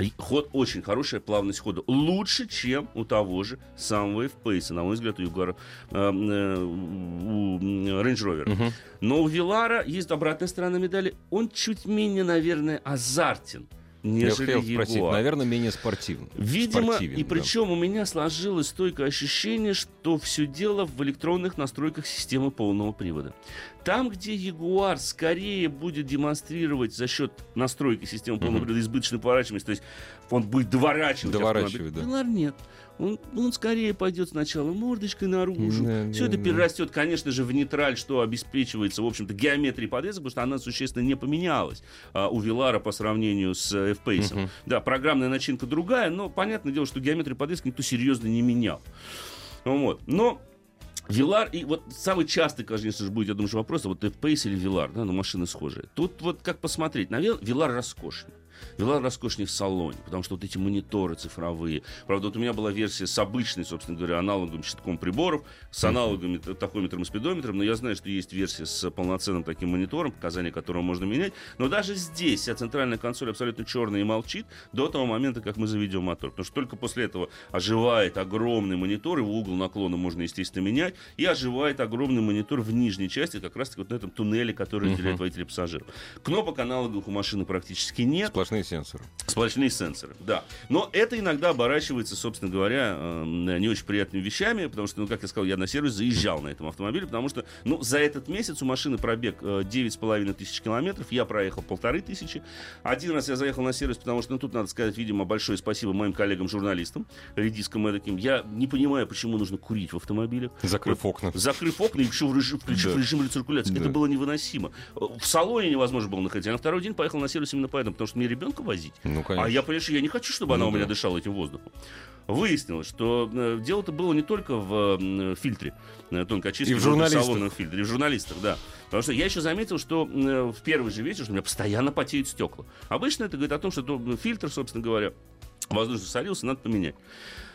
Speaker 3: и ход очень хорошая, плавность хода. Лучше, чем у того же самого F-Pace, на мой взгляд, у Jaguar, э, э, у м, Range Rover.
Speaker 2: Мгм.
Speaker 3: Но у Вилара есть обратная сторона медали. Он чуть менее, наверное, азартен,
Speaker 2: Я
Speaker 3: нежели
Speaker 2: хотел спросить,
Speaker 3: Ягуар.
Speaker 2: наверное, менее спортивно.
Speaker 3: Видимо,
Speaker 2: спортивен,
Speaker 3: и
Speaker 2: да.
Speaker 3: причем у меня сложилось стойкое ощущение, что все дело в электронных настройках системы полного привода. Там, где Ягуар скорее будет демонстрировать за счет настройки системы полного
Speaker 2: Мгм.
Speaker 3: привода избыточной поворачиваемость, то есть он будет доворачивать
Speaker 2: Доворачивать,
Speaker 3: автомобиль,
Speaker 2: да.
Speaker 3: Вилар нет. Он, он скорее пойдет сначала мордочкой наружу.
Speaker 2: Да,
Speaker 3: Все
Speaker 2: да,
Speaker 3: это
Speaker 2: да.
Speaker 3: перерастет, конечно же, в нейтраль, что обеспечивается, в общем-то, геометрией подвеска, потому что она существенно не поменялась а, у Вилара по сравнению с э, F-Pace.
Speaker 2: Мгм.
Speaker 3: Да, программная начинка другая, но понятное дело, что геометрию подвески никто серьезно не менял. Ну Вот. Но Вилар, и вот самый частый, конечно же, будет, ну, я думаю, что вопрос, а вот F-Pace или Вилар, да, но машины схожие. Тут вот как посмотреть, наверное, Вилар роскошный. Вела роскошнее в салоне, потому что вот эти мониторы цифровые. Правда, вот у меня была версия с обычной, собственно говоря, аналоговым щитком приборов, с аналоговым та- тахометром и спидометром, но я знаю, что есть версия с полноценным таким монитором, показания которого можно менять. Но даже здесь вся центральная консоль абсолютно черная и молчит до того момента, как мы заведем мотор. Потому что только после этого оживает огромный монитор, его угол наклона можно, естественно, менять, и оживает огромный монитор в нижней части, как раз-таки вот на этом туннеле, который
Speaker 2: Мгм.
Speaker 3: разделяет водителя и пассажиров. Кнопок аналоговых у машины практически нет.
Speaker 2: Сплошные сенсоры.
Speaker 3: Сплошные сенсоры, да. Но это иногда оборачивается, собственно говоря, эм, не очень приятными вещами, потому что, ну, как я сказал, я на сервис заезжал на этом автомобиле, потому что, ну, за этот месяц у машины пробег э, 9,5 тысяч километров, я проехал полторы тысячи. Один раз я заехал на сервис, потому что, ну, тут надо сказать, видимо, большое спасибо моим коллегам-журналистам, редискам эдаким. Я не понимаю, почему нужно курить в автомобилях.
Speaker 2: Закрыв окна.
Speaker 3: Закрыв окна и еще в режим, включив
Speaker 2: Да.
Speaker 3: режим рециркуляции.
Speaker 2: Да.
Speaker 3: Это было невыносимо. Э, В салоне невозможно было находиться. Я на второй день поехал на сервис именно поэтому, потому что мне ребенка возить.
Speaker 2: Ну,
Speaker 3: А
Speaker 2: конечно.
Speaker 3: я, понимаешь, я не хочу, чтобы она
Speaker 2: Ну
Speaker 3: у меня
Speaker 2: да.
Speaker 3: дышала этим воздухом. Выяснилось, что э, дело-то было не только в э, фильтре э, тонкоочистке,
Speaker 2: И в
Speaker 3: но и в
Speaker 2: журналистах.
Speaker 3: салонном фильтре, и в журналистах, да. Потому что я еще заметил, что э, в первый же вечер что у меня постоянно потеют стекла. Обычно это говорит о том, что то, э, фильтр, собственно говоря, воздушно солился, надо поменять.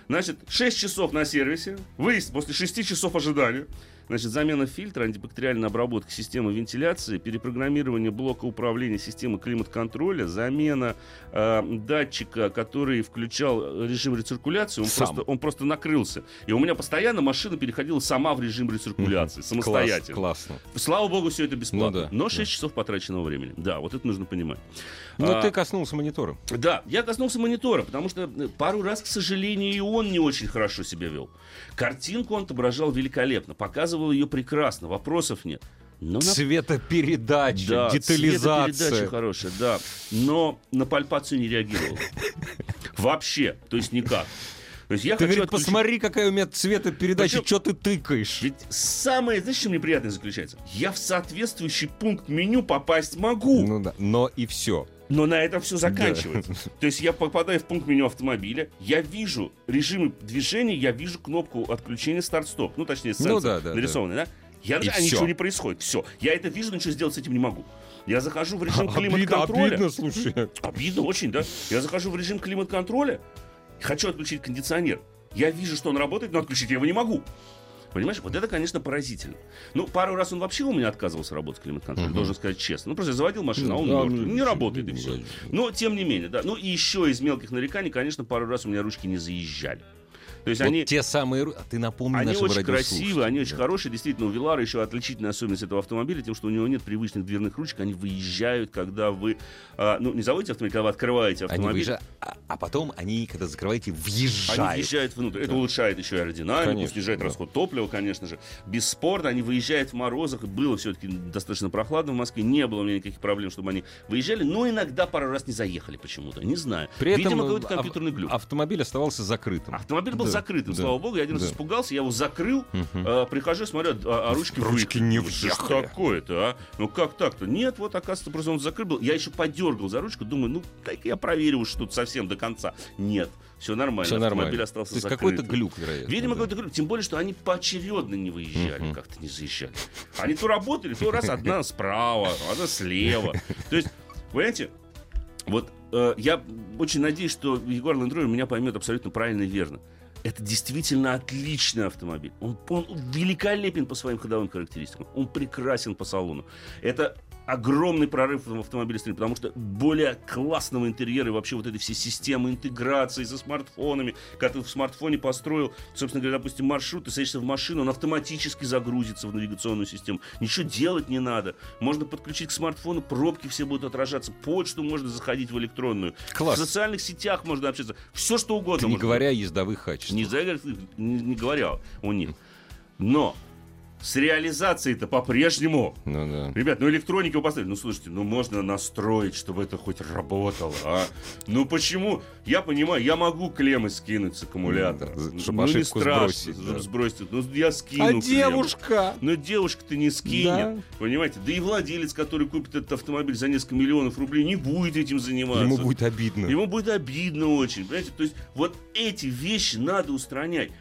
Speaker 3: Значит, 6 часов на сервисе, выезд после 6 часов ожидания. Значит, замена фильтра, антибактериальная обработка системы вентиляции, перепрограммирование блока управления системы климат-контроля, замена э, датчика, который включал режим рециркуляции, он,
Speaker 2: Сам.
Speaker 3: просто, он просто накрылся. И у меня постоянно машина переходила сама в режим рециркуляции, самостоятельно.
Speaker 2: Классно.
Speaker 3: Слава богу, все это бесплатно.
Speaker 2: Ну да,
Speaker 3: Но 6
Speaker 2: да.
Speaker 3: часов потраченного времени. Да, вот это нужно понимать.
Speaker 2: Ну,
Speaker 3: А,
Speaker 2: ты коснулся монитора.
Speaker 3: да, я коснулся монитора, потому что э, пару раз, к сожалению, и он не очень хорошо себя вел. Картинку он отображал великолепно, показывал ее прекрасно, вопросов нет. Но на
Speaker 2: Цветопередача,
Speaker 3: да,
Speaker 2: детализация.
Speaker 3: цветопередача хорошая, да. Но на пальпацию не реагировал. Вообще, то есть никак. То есть я
Speaker 2: Ты
Speaker 3: хочу
Speaker 2: говорит,
Speaker 3: отключить-
Speaker 2: посмотри, какая у меня цветопередача,
Speaker 3: Причем-
Speaker 2: что ты тыкаешь?
Speaker 3: Ведь самое, знаешь, чем неприятное заключается? Я в соответствующий пункт меню попасть могу.
Speaker 2: Ну да, но и все.
Speaker 3: Но на этом все заканчивается. То есть я попадаю в пункт меню автомобиля, я вижу режимы движения, я вижу кнопку отключения старт-стоп. Ну, точнее, сенсор
Speaker 2: Ну да, да,
Speaker 3: нарисованный, да? Я
Speaker 2: И
Speaker 3: нажимаю, а
Speaker 2: всё.
Speaker 3: ничего не происходит. Все. Я это вижу, но ничего сделать с этим не могу. Я захожу в
Speaker 2: Ну,
Speaker 3: режим
Speaker 2: Обидно,
Speaker 3: климат-контроля.
Speaker 2: обидно, слушай.
Speaker 3: Обидно очень, да? Я захожу в режим климат-контроля, хочу отключить кондиционер. Я вижу, что он работает, но отключить я его не могу. Понимаешь, вот это, конечно, поразительно. Ну, пару раз он вообще у меня отказывался работать климат-контроль,
Speaker 2: Мгм.
Speaker 3: должен сказать честно. Ну, просто я заводил машину, а он
Speaker 2: Да,
Speaker 3: мёртвый.
Speaker 2: ну,
Speaker 3: не работает и
Speaker 2: ну,
Speaker 3: все.
Speaker 2: да.
Speaker 3: Но, тем не менее, да. Ну, и еще из мелких нареканий, конечно, пару раз у меня ручки не заезжали. То есть
Speaker 2: Вот
Speaker 3: они...
Speaker 2: те самые... ру- А ты напомни
Speaker 3: Они
Speaker 2: нашим
Speaker 3: очень красивые, они очень
Speaker 2: радиослушателям,
Speaker 3: хорошие. Действительно, у Вилара еще отличительная особенность этого автомобиля тем, что у него нет привычных дверных ручек. Они выезжают, когда вы... а, ну, не заводите автомобиль, когда вы открываете
Speaker 2: да. Они
Speaker 3: автомобиль.
Speaker 2: выезжа- а, а потом они, когда закрываете,
Speaker 3: Они
Speaker 2: въезжают.
Speaker 3: въезжают внутрь. Это улучшает еще и аэродинамику,
Speaker 2: Конечно,
Speaker 3: снижает
Speaker 2: да.
Speaker 3: расход топлива, конечно же. Бесспорно, они выезжают в морозах. Было все-таки достаточно прохладно в Москве. Не было у меня никаких проблем, чтобы они выезжали. Но иногда пару раз не заехали почему-то. Не знаю.
Speaker 2: При этом а,
Speaker 3: Видимо, какой-то
Speaker 2: ав-
Speaker 3: компьютерный глюк.
Speaker 2: автомобиль оставался закрытым.
Speaker 3: Автомобиль был
Speaker 2: Да,
Speaker 3: закрытым,
Speaker 2: да,
Speaker 3: слава богу. Я один раз
Speaker 2: да.
Speaker 3: испугался, я его закрыл. э, прихожу, смотрю, а, а ручки
Speaker 2: Ручки
Speaker 3: выехали.
Speaker 2: не
Speaker 3: Ну, что ж
Speaker 2: въехали.
Speaker 3: такое-то, а? Ну как так-то? Нет, вот оказывается, просто он закрыл. был. Я еще подергал за ручку, думаю, ну так я проверю уж тут совсем до конца. Нет, все нормально.
Speaker 2: Все
Speaker 3: автомобиль
Speaker 2: нормально.
Speaker 3: остался
Speaker 2: То есть
Speaker 3: закрытым.
Speaker 2: какой-то глюк, вероятно.
Speaker 3: Видимо,
Speaker 2: да.
Speaker 3: какой-то глюк. Тем более, что они поочередно не выезжали,
Speaker 2: Мгм.
Speaker 3: как-то не заезжали. Они то работали, то раз одна справа, одна слева. То есть, понимаете, вот э, я очень надеюсь, что Егор Лендровер меня поймет абсолютно правильно и верно. Это действительно отличный автомобиль. Он, он великолепен по своим ходовым характеристикам. Он прекрасен по салону. Это огромный прорыв в автомобиле, потому что более классного интерьера и вообще вот этой всей системы интеграции со смартфонами, когда ты в смартфоне построил, собственно говоря, допустим, маршрут, ты садишься в машину, он автоматически загрузится в навигационную систему. Ничего делать не надо. Можно подключить к смартфону, пробки все будут отражаться, почту можно заходить в электронную.
Speaker 2: Класс.
Speaker 3: В социальных сетях можно общаться. Все что угодно.
Speaker 2: Это не
Speaker 3: можно
Speaker 2: говоря о ездовых качествах.
Speaker 3: не, за- не- не говоря о них. Но с реализацией-то по-прежнему.
Speaker 2: Ну да.
Speaker 3: Ребят, ну электронику поставили. Ну слушайте, ну можно настроить, чтобы это хоть работало, а? Ну почему? Я понимаю, я могу клеммы скинуть с аккумулятора.
Speaker 2: Ну да,
Speaker 3: Ну,
Speaker 2: чтобы
Speaker 3: не
Speaker 2: ошибку
Speaker 3: страшно,
Speaker 2: сбросить,
Speaker 3: чтоб
Speaker 2: да.
Speaker 3: сбросить. Ну я скину.
Speaker 2: А
Speaker 3: клемму.
Speaker 2: девушка?
Speaker 3: Но девушка-то не скинет,
Speaker 2: Да.
Speaker 3: понимаете? Да и владелец, который купит этот автомобиль за несколько миллионов рублей, не будет этим заниматься.
Speaker 2: Ему будет обидно.
Speaker 3: Ему будет обидно очень, понимаете? То есть вот эти вещи надо устранять.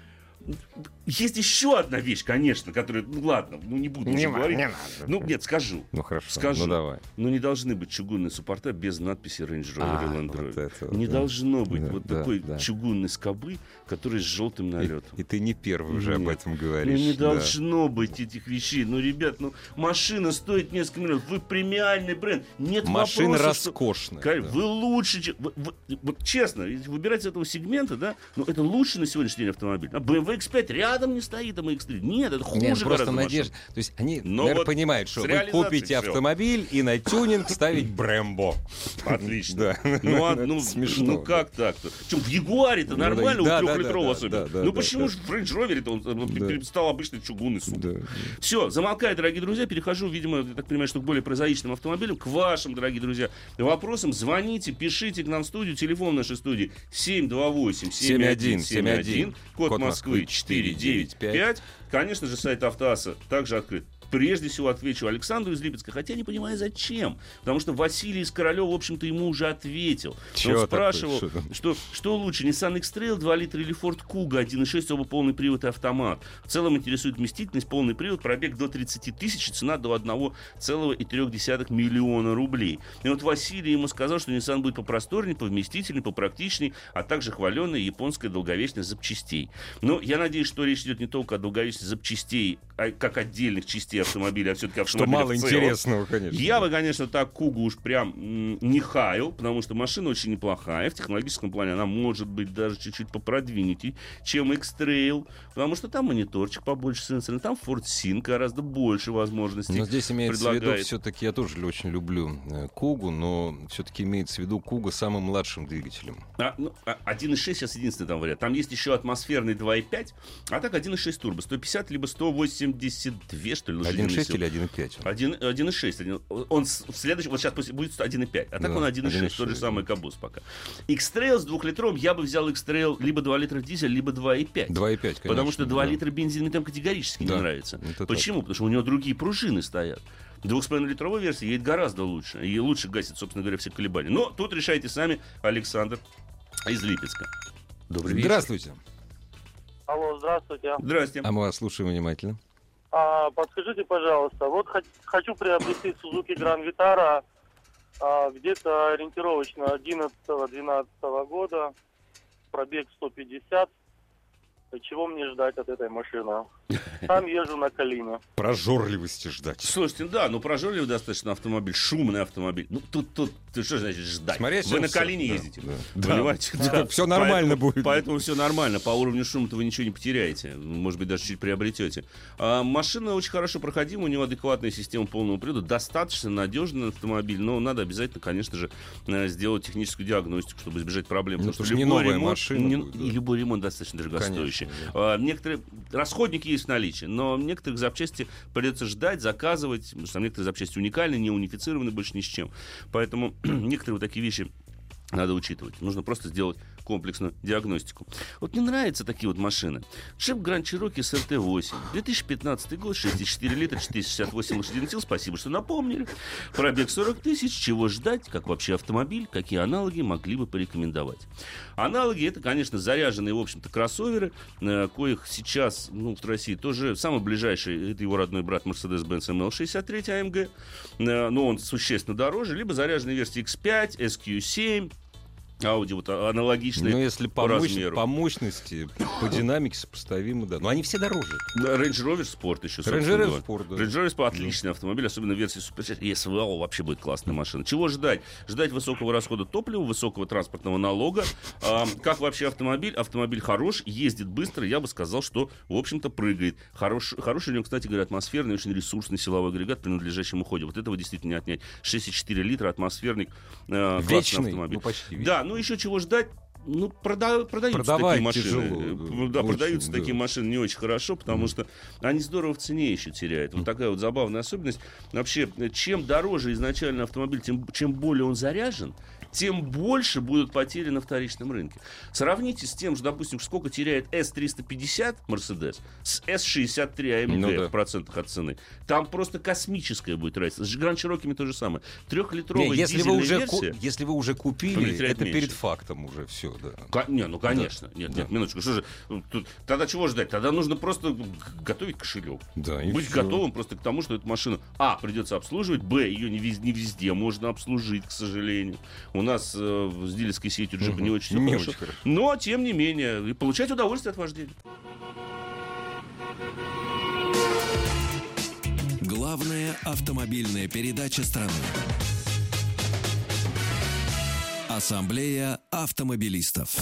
Speaker 3: Есть еще одна вещь, конечно, которая, ну ладно, ну не буду уже говорить. Ну нет, скажу.
Speaker 2: Ну хорошо,
Speaker 3: Скажу.
Speaker 2: ну давай.
Speaker 3: Но не должны быть чугунные суппорта без надписи Range Rover
Speaker 2: А,
Speaker 3: и Land Rover.
Speaker 2: вот это вот,
Speaker 3: не
Speaker 2: да.
Speaker 3: должно быть
Speaker 2: Да,
Speaker 3: вот
Speaker 2: да,
Speaker 3: такой
Speaker 2: да.
Speaker 3: чугунной скобы, которая с желтым налетом.
Speaker 2: И, и ты не первый уже об
Speaker 3: Нет.
Speaker 2: этом
Speaker 3: Ну,
Speaker 2: говоришь.
Speaker 3: не
Speaker 2: да.
Speaker 3: должно быть этих вещей. Ну, ребят, ну машина стоит несколько миллионов. Вы премиальный бренд. Нет
Speaker 2: Машина
Speaker 3: вопроса, что-
Speaker 2: роскошная.
Speaker 3: Кай,
Speaker 2: да.
Speaker 3: Вы лучше, чем- вы- вы- вот честно, если выбирать из этого сегмента, да, ну это лучше на сегодняшний день автомобиль. А BMW X5 рядом не стоит, а мы X3. Нет, это хуже
Speaker 2: Нет, ну, просто
Speaker 3: гораздо машина.
Speaker 2: надежда. То есть они,
Speaker 3: Но
Speaker 2: наверное,
Speaker 3: вот
Speaker 2: понимают, что
Speaker 3: с
Speaker 2: вы
Speaker 3: реализацией
Speaker 2: купите
Speaker 3: всё.
Speaker 2: автомобиль и на тюнинг ставить Брэмбо.
Speaker 3: Отлично.
Speaker 2: Да.
Speaker 3: Ну, а,
Speaker 2: Это
Speaker 3: ну,
Speaker 2: смешно,
Speaker 3: ну
Speaker 2: да.
Speaker 3: как так-то? Чем в Ягуаре-то
Speaker 2: Ну, да, да,
Speaker 3: нормально, у
Speaker 2: да,
Speaker 3: трехлитрового
Speaker 2: да,
Speaker 3: особенно.
Speaker 2: да, да,
Speaker 3: ну
Speaker 2: да,
Speaker 3: почему
Speaker 2: да.
Speaker 3: же в Range Rover-то он э,
Speaker 2: Да.
Speaker 3: пере- стал обычный чугунный суп?
Speaker 2: Да.
Speaker 3: Все, замолкаю, дорогие друзья, перехожу, видимо, я так понимаю, что к более прозаичным автомобилям, к вашим, дорогие друзья, вопросам звоните, пишите к нам в студию, телефон нашей студии 728-7171, код Москвы 495. Конечно же, сайт Автоаса также открыт. Прежде всего отвечу Александру из Липецка, хотя не понимаю зачем, потому что Василий из Королева, в общем-то, ему уже ответил.
Speaker 2: Чё
Speaker 3: Он
Speaker 2: такой,
Speaker 3: спрашивал,
Speaker 2: что там?
Speaker 3: что, что лучше, Nissan X-Trail 2 литра или Ford Kuga 1.6, оба полный привод и автомат. В целом интересует вместительность, полный привод, пробег до 30 тысяч, и цена до 1,3 миллиона рублей. И вот Василий ему сказал, что Nissan будет попросторнее, повместительнее, попрактичнее, а также хваленая японская долговечность запчастей. Но Ну, я надеюсь, что речь идет не только о долговечности запчастей, а как отдельных частей автомобиля, а все-таки
Speaker 2: Что
Speaker 3: автомобиля
Speaker 2: мало
Speaker 3: в целом.
Speaker 2: интересного, конечно.
Speaker 3: Я бы, конечно, так Кугу уж прям м, не хаял, потому что машина очень неплохая. В технологическом плане она может быть даже чуть-чуть попродвинутей, чем X-Trail, потому что там мониторчик побольше сенсорный, там Ford Sync гораздо больше возможностей.
Speaker 2: Но здесь имеется в виду
Speaker 3: предлагает.
Speaker 2: все-таки, я тоже лю- очень люблю э, Кугу, но все-таки имеется в виду Куга с самым младшим двигателем.
Speaker 3: А, ну, а- 1.6 сейчас единственный там вариант. Там есть еще атмосферный 2.5, а так 1.6 турбо. 150 либо 182, что ли, лошадиные
Speaker 2: 1.6
Speaker 3: силы.
Speaker 2: или 1.5?
Speaker 3: 1- 1.6. один- Он с- в следующем, вот сейчас пусть будет 1.5, а так
Speaker 2: Да,
Speaker 3: он 1.6, тот
Speaker 2: 1.6,
Speaker 3: же самый Кабус пока. X-Trail с 2 литром, я бы взял X-Trail либо 2 литра дизель, либо 2.5.
Speaker 2: 2.5, конечно.
Speaker 3: Потому что 2
Speaker 2: да.
Speaker 3: литра бензин мне там категорически
Speaker 2: Да,
Speaker 3: не нравится.
Speaker 2: это так.
Speaker 3: Почему? Потому что у него другие пружины стоят. 2,5-литровая версия едет гораздо лучше. И лучше гасит, собственно говоря, все колебания. Но тут решайте сами, Александр из Липецка. Добрый вечер.
Speaker 2: Здравствуйте.
Speaker 4: Алло, здравствуйте.
Speaker 3: Здрасте.
Speaker 2: А мы вас слушаем внимательно.
Speaker 4: А, подскажите, пожалуйста, вот хо- хочу приобрести Suzuki Grand Vitara а, где-то ориентировочно 11-12 года, пробег 150. Чего мне ждать от этой машины? Там езжу на Калине.
Speaker 2: Прожорливости ждать.
Speaker 3: Слушайте, да, ну прожорливый достаточно автомобиль, шумный автомобиль. Ну тут, тут, ты что значит ждать?
Speaker 2: Смотря
Speaker 3: вы на
Speaker 2: сенсор,
Speaker 3: колене
Speaker 2: да,
Speaker 3: ездите.
Speaker 2: да.
Speaker 3: Понимаете?
Speaker 2: Да. Ну, Всё нормально
Speaker 3: Поэтому-
Speaker 2: будет.
Speaker 3: Поэтому все нормально. По уровню шума-то вы ничего не потеряете. Может быть, даже чуть приобретете. А, машина очень хорошо проходима, у него адекватная система полного привода. Достаточно надежный автомобиль, но надо обязательно, конечно же, э, сделать техническую диагностику, чтобы избежать проблем.
Speaker 2: Ну,
Speaker 3: потому
Speaker 2: потому что не новая машина
Speaker 3: не-
Speaker 2: будет, да.
Speaker 3: и любой ремонт достаточно дорогостоящий.
Speaker 2: Конечно,
Speaker 3: А, Некоторые расходники есть в наличии, но некоторых запчасти придется ждать, заказывать, потому что там некоторые запчасти уникальны, не унифицированы больше ни с чем. Поэтому некоторые вот такие вещи надо учитывать. Нужно просто сделать комплексную диагностику. Вот мне нравятся такие вот машины. Джип Гранд Чироки с РТ-8. 2015 год, 64 литра, 468 лошадиных сил. Спасибо, что напомнили. Пробег 40 тысяч. Чего ждать? Как вообще автомобиль? Какие аналоги могли бы порекомендовать? Аналоги это, конечно, заряженные, в общем-то, кроссоверы, э, коих сейчас, ну, в России тоже самый ближайший, это его родной брат Mercedes-Benz ML63 AMG, А э, но он существенно дороже, либо заряженные версии X5, SQ7, Audi вот а- аналогичные.
Speaker 2: Ну, если по,
Speaker 3: по
Speaker 2: мощ-
Speaker 3: размеру.
Speaker 2: по мощности, по динамике сопоставимо, да. Но они все дороже.
Speaker 3: Да, Range Rover Sport еще. собственно
Speaker 2: Range Rover
Speaker 3: говоря.
Speaker 2: Sport, да.
Speaker 3: Range Rover Sport отличный автомобиль, особенно версия Supercharger. И SVO вообще будет классная машина. Чего ждать? Ждать высокого расхода топлива, высокого транспортного налога. А, как вообще автомобиль? Автомобиль хорош, ездит быстро. Я бы сказал, что, в общем-то, прыгает. Хорош, хороший у него, кстати говоря, атмосферный, очень ресурсный силовой агрегат при надлежащем уходе. Вот этого действительно не отнять. 6,4 литра атмосферник. э, классный
Speaker 2: Вечный,
Speaker 3: автомобиль.
Speaker 2: ну, почти вечный.
Speaker 3: Да, ну еще чего ждать? Ну, прода- продаются
Speaker 2: Продавать
Speaker 3: такие машины.
Speaker 2: тяжело,
Speaker 3: Э,
Speaker 2: да,
Speaker 3: Да,
Speaker 2: очень,
Speaker 3: продаются
Speaker 2: да.
Speaker 3: такие машины не очень хорошо, потому что они здорово в цене еще теряют. Вот такая вот забавная особенность. Вообще, э, чем дороже изначально автомобиль, тем чем более он заряжен, тем больше будут потери на вторичном рынке. Сравните с тем же, допустим, сколько теряет S350 Mercedes с S63 AMG
Speaker 2: Ну да.
Speaker 3: в процентах от цены. Там просто космическая будет разница. С Гранд Чирокими то же самое.
Speaker 2: Не,
Speaker 3: Трехлитровая
Speaker 2: если, вы
Speaker 3: дизельная
Speaker 2: уже ку-
Speaker 3: версия...
Speaker 2: если вы уже
Speaker 3: Будет
Speaker 2: купили,
Speaker 3: терять
Speaker 2: это
Speaker 3: меньше.
Speaker 2: перед фактом уже все. да.
Speaker 3: Ко- Не, ну конечно. Нет, нет, минуточку. Что же, ну, тут- тогда чего ждать? Тогда нужно просто г- готовить кошелек.
Speaker 2: Да, и
Speaker 3: Быть
Speaker 2: всё.
Speaker 3: готовым просто к тому, что эту машину А. Придется обслуживать, Б. Ее не везде, не везде можно обслужить, к сожалению. У нас э, с дилерской сетью джип
Speaker 2: Мгм.
Speaker 3: не очень всё
Speaker 2: Не
Speaker 3: хорошо.
Speaker 2: очень хорошо.
Speaker 3: Но, тем не менее, и получать удовольствие от вождения.
Speaker 1: Главная автомобильная передача страны. Ассамблея автомобилистов.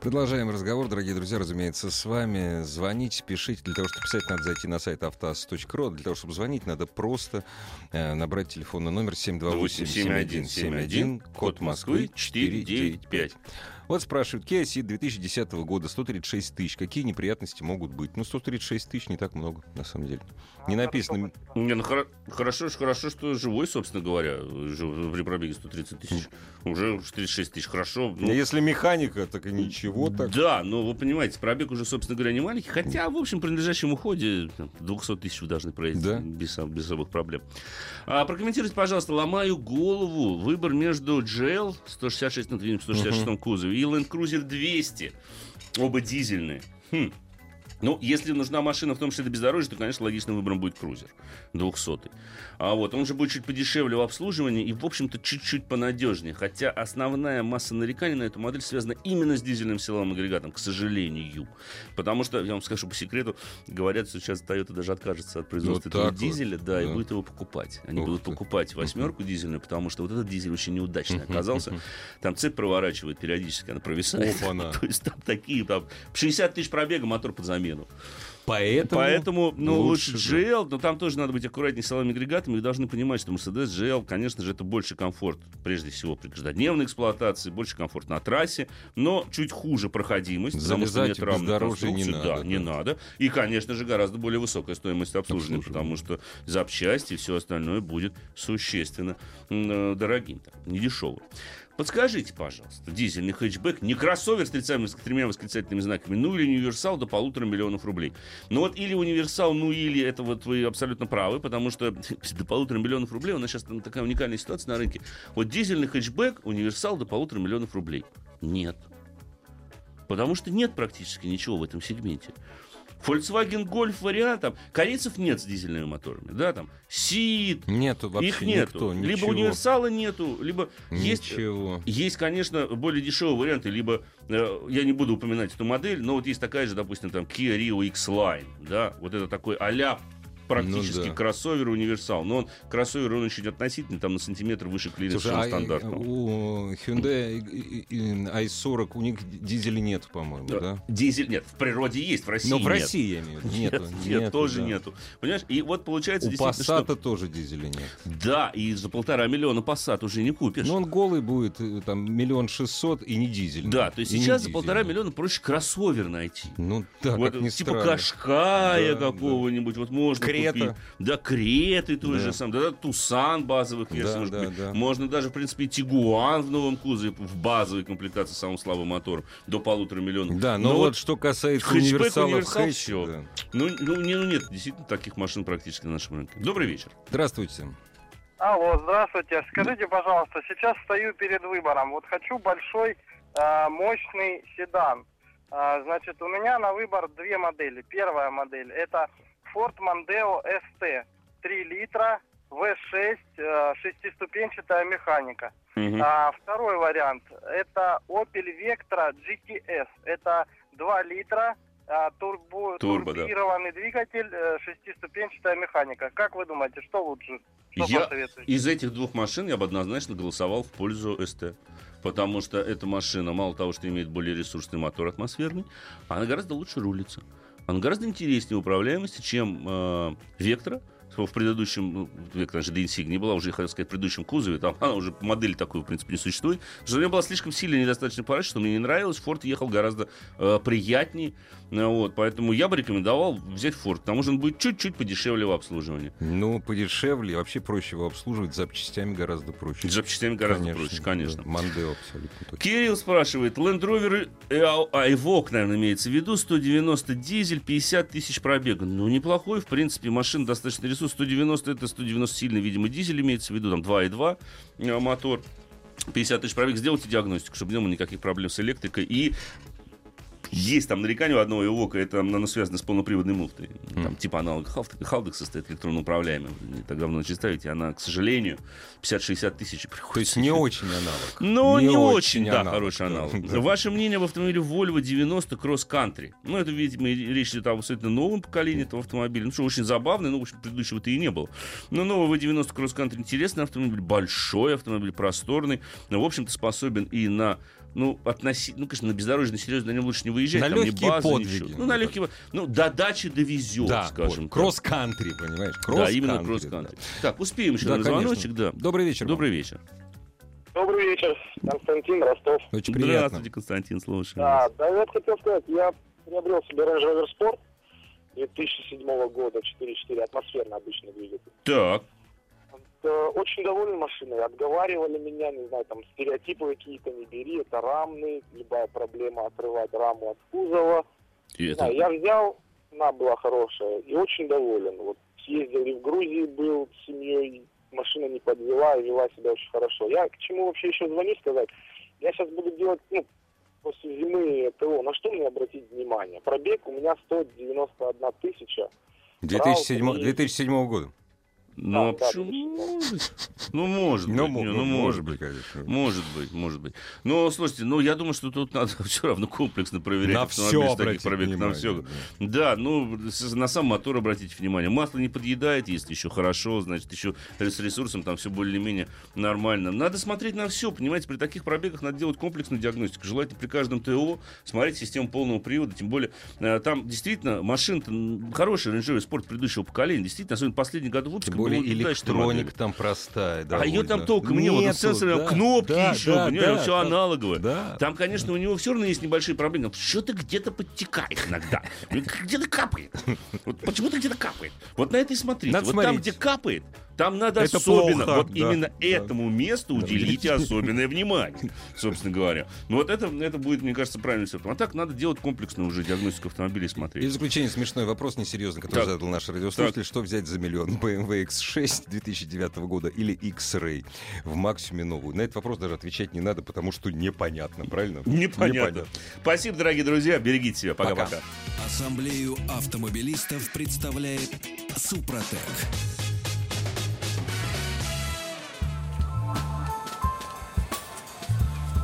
Speaker 2: Продолжаем разговор, дорогие друзья, разумеется, с вами. Звоните, пишите. Для того, чтобы писать, надо зайти на сайт автоаз.ру. Для того, чтобы звонить, надо просто э, набрать телефонный номер 728-7171, код Москвы 495. Вот спрашивают, Kia Ceed 2010 года, 136 тысяч. Какие неприятности могут быть? Ну, 136 тысяч не так много, на самом деле.
Speaker 3: А
Speaker 2: Не написано...
Speaker 3: Не, ну хоро- хорошо, ж- хорошо, что живой, собственно говоря, жив- при пробеге 130 тысяч. Уже 36 тысяч. Хорошо. ну,
Speaker 2: Если механика, так и ничего так.
Speaker 3: Да, но вы понимаете, пробег уже, собственно говоря, не маленький. Хотя, в общем, при надлежащем уходе там, 200 тысяч вы должны проехать
Speaker 2: Да.
Speaker 3: без, сам- без особых проблем. А, прокомментируйте, пожалуйста, ломаю голову. Выбор между GL 166, ну, в 166 кузове и Land Cruiser 200. Оба дизельные. Хм. Ну, если нужна машина, в том числе до бездорожья, то, конечно, логичным выбором будет крузер 200. А вот он же будет чуть подешевле в обслуживании и, в общем-то, чуть-чуть понадежнее. Хотя основная масса нареканий на эту модель связана именно с дизельным силовым агрегатом, к сожалению. Потому что, я вам скажу по секрету, говорят, что сейчас Toyota даже откажется от производства
Speaker 2: Вот
Speaker 3: этого
Speaker 2: так вот.
Speaker 3: дизеля, да, и
Speaker 2: Да.
Speaker 3: будет его покупать. Они
Speaker 2: Ух
Speaker 3: будут
Speaker 2: ты.
Speaker 3: покупать восьмерку дизельную, потому что вот этот дизель очень неудачный
Speaker 2: Мгм,
Speaker 3: оказался.
Speaker 2: мгм.
Speaker 3: Там цепь проворачивает периодически, она провисает.
Speaker 2: Опа-на.
Speaker 3: То есть там такие, там 60 тысяч пробега, мотор под замену.
Speaker 2: Поэтому...
Speaker 3: Поэтому, ну, лучше,
Speaker 2: лучше
Speaker 3: GL, но там тоже надо быть аккуратнее с силовыми агрегатами. И должны понимать, что Mercedes GL, конечно же, это больше комфорт, прежде всего, при каждодневной эксплуатации, больше комфорт на трассе, но чуть хуже проходимость, потому что
Speaker 2: Залезать
Speaker 3: нет
Speaker 2: в
Speaker 3: равных
Speaker 2: бездорожье не
Speaker 3: конструкций. Да,
Speaker 2: надо,
Speaker 3: не
Speaker 2: да.
Speaker 3: надо. И, конечно же, гораздо более высокая стоимость обслуживания,
Speaker 2: Обслуживание.
Speaker 3: потому что запчасти и все остальное будет существенно м, э, дорогим, так, недешевым. Подскажите, пожалуйста, дизельный хэтчбэк не кроссовер с трицами- с тремя восклицательными знаками, ну или универсал до полутора миллионов рублей. Ну вот или универсал, ну или, это вот вы абсолютно правы, потому что до полутора миллионов рублей, у нас сейчас такая уникальная ситуация на рынке. Вот дизельный хэтчбэк, универсал до полутора миллионов рублей. Нет. Потому что нет практически ничего в этом сегменте. Volkswagen Golf вариант, там, корейцев нет с дизельными моторами, да, там, Сид,
Speaker 2: Нету вообще
Speaker 3: их нету.
Speaker 2: никто,
Speaker 3: либо
Speaker 2: ничего.
Speaker 3: универсала нету, либо есть...
Speaker 2: Ничего.
Speaker 3: Есть, конечно, более дешевые варианты, либо э, я не буду упоминать эту модель, но вот есть такая же, допустим, там Kia Rio X-Line, да, вот это такой а практически
Speaker 2: Ну да.
Speaker 3: кроссовер универсал, но он кроссовер он очень относительно, там на сантиметр выше клиренс,
Speaker 2: Слушай,
Speaker 3: чем
Speaker 2: а
Speaker 3: у
Speaker 2: и-
Speaker 3: стандартного.
Speaker 2: у Hyundai и- и- и i40 у них дизеля нет, по-моему, да?
Speaker 3: Да. Дизель нет, в природе есть, в России
Speaker 2: Но в
Speaker 3: нет.
Speaker 2: России, я имею в виду, нету.
Speaker 3: Нет,
Speaker 2: нету,
Speaker 3: тоже
Speaker 2: да.
Speaker 3: нету. Понимаешь, и вот получается
Speaker 2: У
Speaker 3: действительно,
Speaker 2: Passat
Speaker 3: что-
Speaker 2: тоже дизеля нет.
Speaker 3: Да, и за полтора миллиона Passat уже не купишь.
Speaker 2: Но он голый будет, э, там, миллион шестьсот и не дизельный.
Speaker 3: Да, то есть
Speaker 2: И не
Speaker 3: сейчас за
Speaker 2: дизельный.
Speaker 3: полтора миллиона проще кроссовер найти.
Speaker 2: Ну да,
Speaker 3: Вот,
Speaker 2: как ни
Speaker 3: типа
Speaker 2: странно.
Speaker 3: Кашкая
Speaker 2: Да,
Speaker 3: какого-нибудь, вот можно
Speaker 2: Крета.
Speaker 3: купить. Да, Креты той
Speaker 2: Да.
Speaker 3: же сам, да, Тусан базовых версий.
Speaker 2: Да,
Speaker 3: можно,
Speaker 2: да,
Speaker 3: купить.
Speaker 2: да.
Speaker 3: можно даже, в принципе, Тигуан в новом кузове, в базовой комплектации с самым слабым мотором, до полутора миллионов.
Speaker 2: Да, но, вот, что касается
Speaker 3: ну хэтчбэк,
Speaker 2: универсалов
Speaker 3: универсал,
Speaker 2: хэтч,
Speaker 3: всё.
Speaker 2: да.
Speaker 3: Ну, ну, не, ну, нет, действительно, таких машин практически на нашем рынке. Добрый вечер.
Speaker 2: Здравствуйте.
Speaker 5: Алло, здравствуйте. Скажите, пожалуйста, сейчас стою перед выбором. Вот хочу большой, э, мощный седан. Э, значит, у меня на выбор две модели. Первая модель это Ford Mondeo ST 3 литра V6 э, шестиступенчатая механика. А второй вариант это Opel Vectra GTS. Это 2 литра а, турбо,
Speaker 3: Турбо, да.
Speaker 5: турбированный двигатель, э, шестиступенчатая механика. Как вы думаете, что лучше? Что
Speaker 3: Я
Speaker 5: посоветуете?
Speaker 3: из этих двух машин я бы однозначно голосовал в пользу СТ. Потому что эта машина, мало того, что имеет более ресурсный мотор атмосферный, она гораздо лучше рулится. Она гораздо интереснее в управляемости, чем э, Вектора. В предыдущем, ну, Вектора, конечно, до Insignia не была, уже, я хотел сказать, в предыдущем кузове, там она уже модель такой, в принципе, не существует. Потому что у нее была слишком сильная недостаточно параша, что мне не нравилось. Форд ехал гораздо э, приятнее. Ну, вот, поэтому я бы рекомендовал взять Форд. К тому же он будет чуть-чуть подешевле в обслуживании.
Speaker 2: Ну, подешевле, вообще проще его обслуживать, запчастями гораздо проще.
Speaker 3: С запчастями гораздо
Speaker 2: Конечно,
Speaker 3: проще, конечно.
Speaker 2: да. Мондео абсолютно точно.
Speaker 3: Кирилл спрашивает, Land Rover э, Айвок, наверное, имеется в виду, 190 дизель, 50 тысяч пробега. Ну, неплохой, в принципе, машина достаточно ресурс. 190 это 190 сильный, видимо, дизель имеется в виду, там 2,2 э, мотор. 50 тысяч пробег, сделайте диагностику, чтобы не было никаких проблем с электрикой. И есть там нарекание у одного ИОКа, это оно связано с полноприводной муфтой. Там, типа аналог Халдек- Халдек состоит электронно управляемая. Вы не так давно начали ставить, и она, к сожалению, 50-60 тысяч
Speaker 2: То есть
Speaker 3: приходится.
Speaker 2: не очень аналог.
Speaker 3: Но Ну, не, очень, да,
Speaker 2: аналог,
Speaker 3: хороший
Speaker 2: да.
Speaker 3: аналог. Ваше мнение об автомобиле Volvo 90 Cross Country. Ну, это, видимо, и речь идет об абсолютно новом поколении этого автомобиля. Ну, что очень забавно, ну, в общем, предыдущего-то и не было. Но новый V90 Cross Country интересный автомобиль, большой автомобиль, просторный. Но, в общем-то, способен и на ну, относить, ну, конечно, на бездорожье, на серьезно, на нем лучше не выезжать.
Speaker 2: На
Speaker 3: там ни
Speaker 2: легкие
Speaker 3: базы,
Speaker 2: подвиги.
Speaker 3: ничего. Ну, на легкие, ну, до дачи довезет,
Speaker 2: Да,
Speaker 3: скажем.
Speaker 2: вот,
Speaker 3: так.
Speaker 2: кросс-кантри, понимаешь?
Speaker 3: Да, именно
Speaker 2: Кросс-кантри,
Speaker 3: кросс-кантри. Так, успеем еще
Speaker 2: Да,
Speaker 3: на
Speaker 2: конечно.
Speaker 3: звоночек, да.
Speaker 2: Добрый вечер.
Speaker 3: Добрый вечер.
Speaker 4: Добрый вечер, Константин Ростов.
Speaker 2: вам. Очень приятно.
Speaker 3: Здравствуйте, Константин, слушаю.
Speaker 4: Да, да, я вот хотел сказать, я приобрел себе Range Rover Sport 2007 года, 4.4, атмосферно обычный двигатель.
Speaker 3: Так.
Speaker 4: Э, Очень доволен машиной, отговаривали меня, не знаю, там стереотипы какие-то не бери, это рамный, любая проблема отрывать раму от кузова.
Speaker 3: И
Speaker 4: Да, я взял, она была хорошая, и очень доволен. Вот съездил и в Грузии был с семьей, машина не подвела и вела себя очень хорошо. Я к чему вообще еще звоню сказать? Я сейчас буду делать, ну, после зимы ТО, на что мне обратить внимание? Пробег у меня 191 тысяча.
Speaker 2: 2007,
Speaker 4: Брал и-
Speaker 2: 2007 года.
Speaker 3: Ну, а
Speaker 4: Да, да,
Speaker 3: почему? Ну, может быть.
Speaker 2: Ну,
Speaker 3: не,
Speaker 2: мо-
Speaker 3: ну, может быть.
Speaker 2: конечно.
Speaker 3: Может быть, может быть. Но, слушайте, ну, я думаю, что тут надо все равно комплексно проверять
Speaker 2: На
Speaker 3: автомобиль
Speaker 2: все
Speaker 3: с таких
Speaker 2: обратить
Speaker 3: пробегов, на
Speaker 2: внимание,
Speaker 3: все.
Speaker 2: да.
Speaker 3: Да, ну, с- на сам мотор обратите внимание. Масло не подъедает, если еще хорошо, значит, еще с ресурсом там все более-менее нормально. Надо смотреть на все, понимаете, при таких пробегах надо делать комплексную диагностику. Желательно при каждом ТО смотреть систему полного привода, тем более э, там действительно машин хороший рейнджевый спорт предыдущего поколения, действительно, особенно последний год выпуска
Speaker 2: Тем более
Speaker 3: было удачной модели.
Speaker 2: электроника там простая.
Speaker 3: А ее там
Speaker 2: довольно.
Speaker 3: толком не было. Там
Speaker 2: Нету,
Speaker 3: сенсоры,
Speaker 2: да,
Speaker 3: кнопки
Speaker 2: да,
Speaker 3: еще,
Speaker 2: да,
Speaker 3: понимаешь,
Speaker 2: да,
Speaker 3: все
Speaker 2: да.
Speaker 3: аналоговое.
Speaker 2: Да.
Speaker 3: Там, конечно, у него все равно есть небольшие проблемы. Что-то где-то подтекает иногда. Ну, Где-то капает. Вот почему-то где-то капает. Вот на это и смотрите.
Speaker 2: Надо
Speaker 3: вот там,
Speaker 2: смотреть.
Speaker 3: где капает, там надо
Speaker 2: Это
Speaker 3: особенно.
Speaker 2: плохо,
Speaker 3: вот
Speaker 2: да,
Speaker 3: именно
Speaker 2: да.
Speaker 3: этому месту
Speaker 2: Да.
Speaker 3: уделите особенное внимание, собственно говоря. Ну вот это, это будет, мне кажется, правильно все. А так надо делать комплексную уже диагностику автомобилей
Speaker 2: И
Speaker 3: и
Speaker 2: в
Speaker 3: смотреть.
Speaker 2: заключение смешной вопрос, несерьезный, который
Speaker 3: Так.
Speaker 2: задал наш радиослушатель. Что взять за миллион? BMW X6 2009 года или X-Ray в максиме новую? На этот вопрос даже отвечать не надо, потому что непонятно, правильно?
Speaker 3: Непонятно. Спасибо, дорогие друзья. Берегите себя.
Speaker 2: Пока.
Speaker 3: Пока-пока.
Speaker 1: Ассамблею автомобилистов представляет Супротек.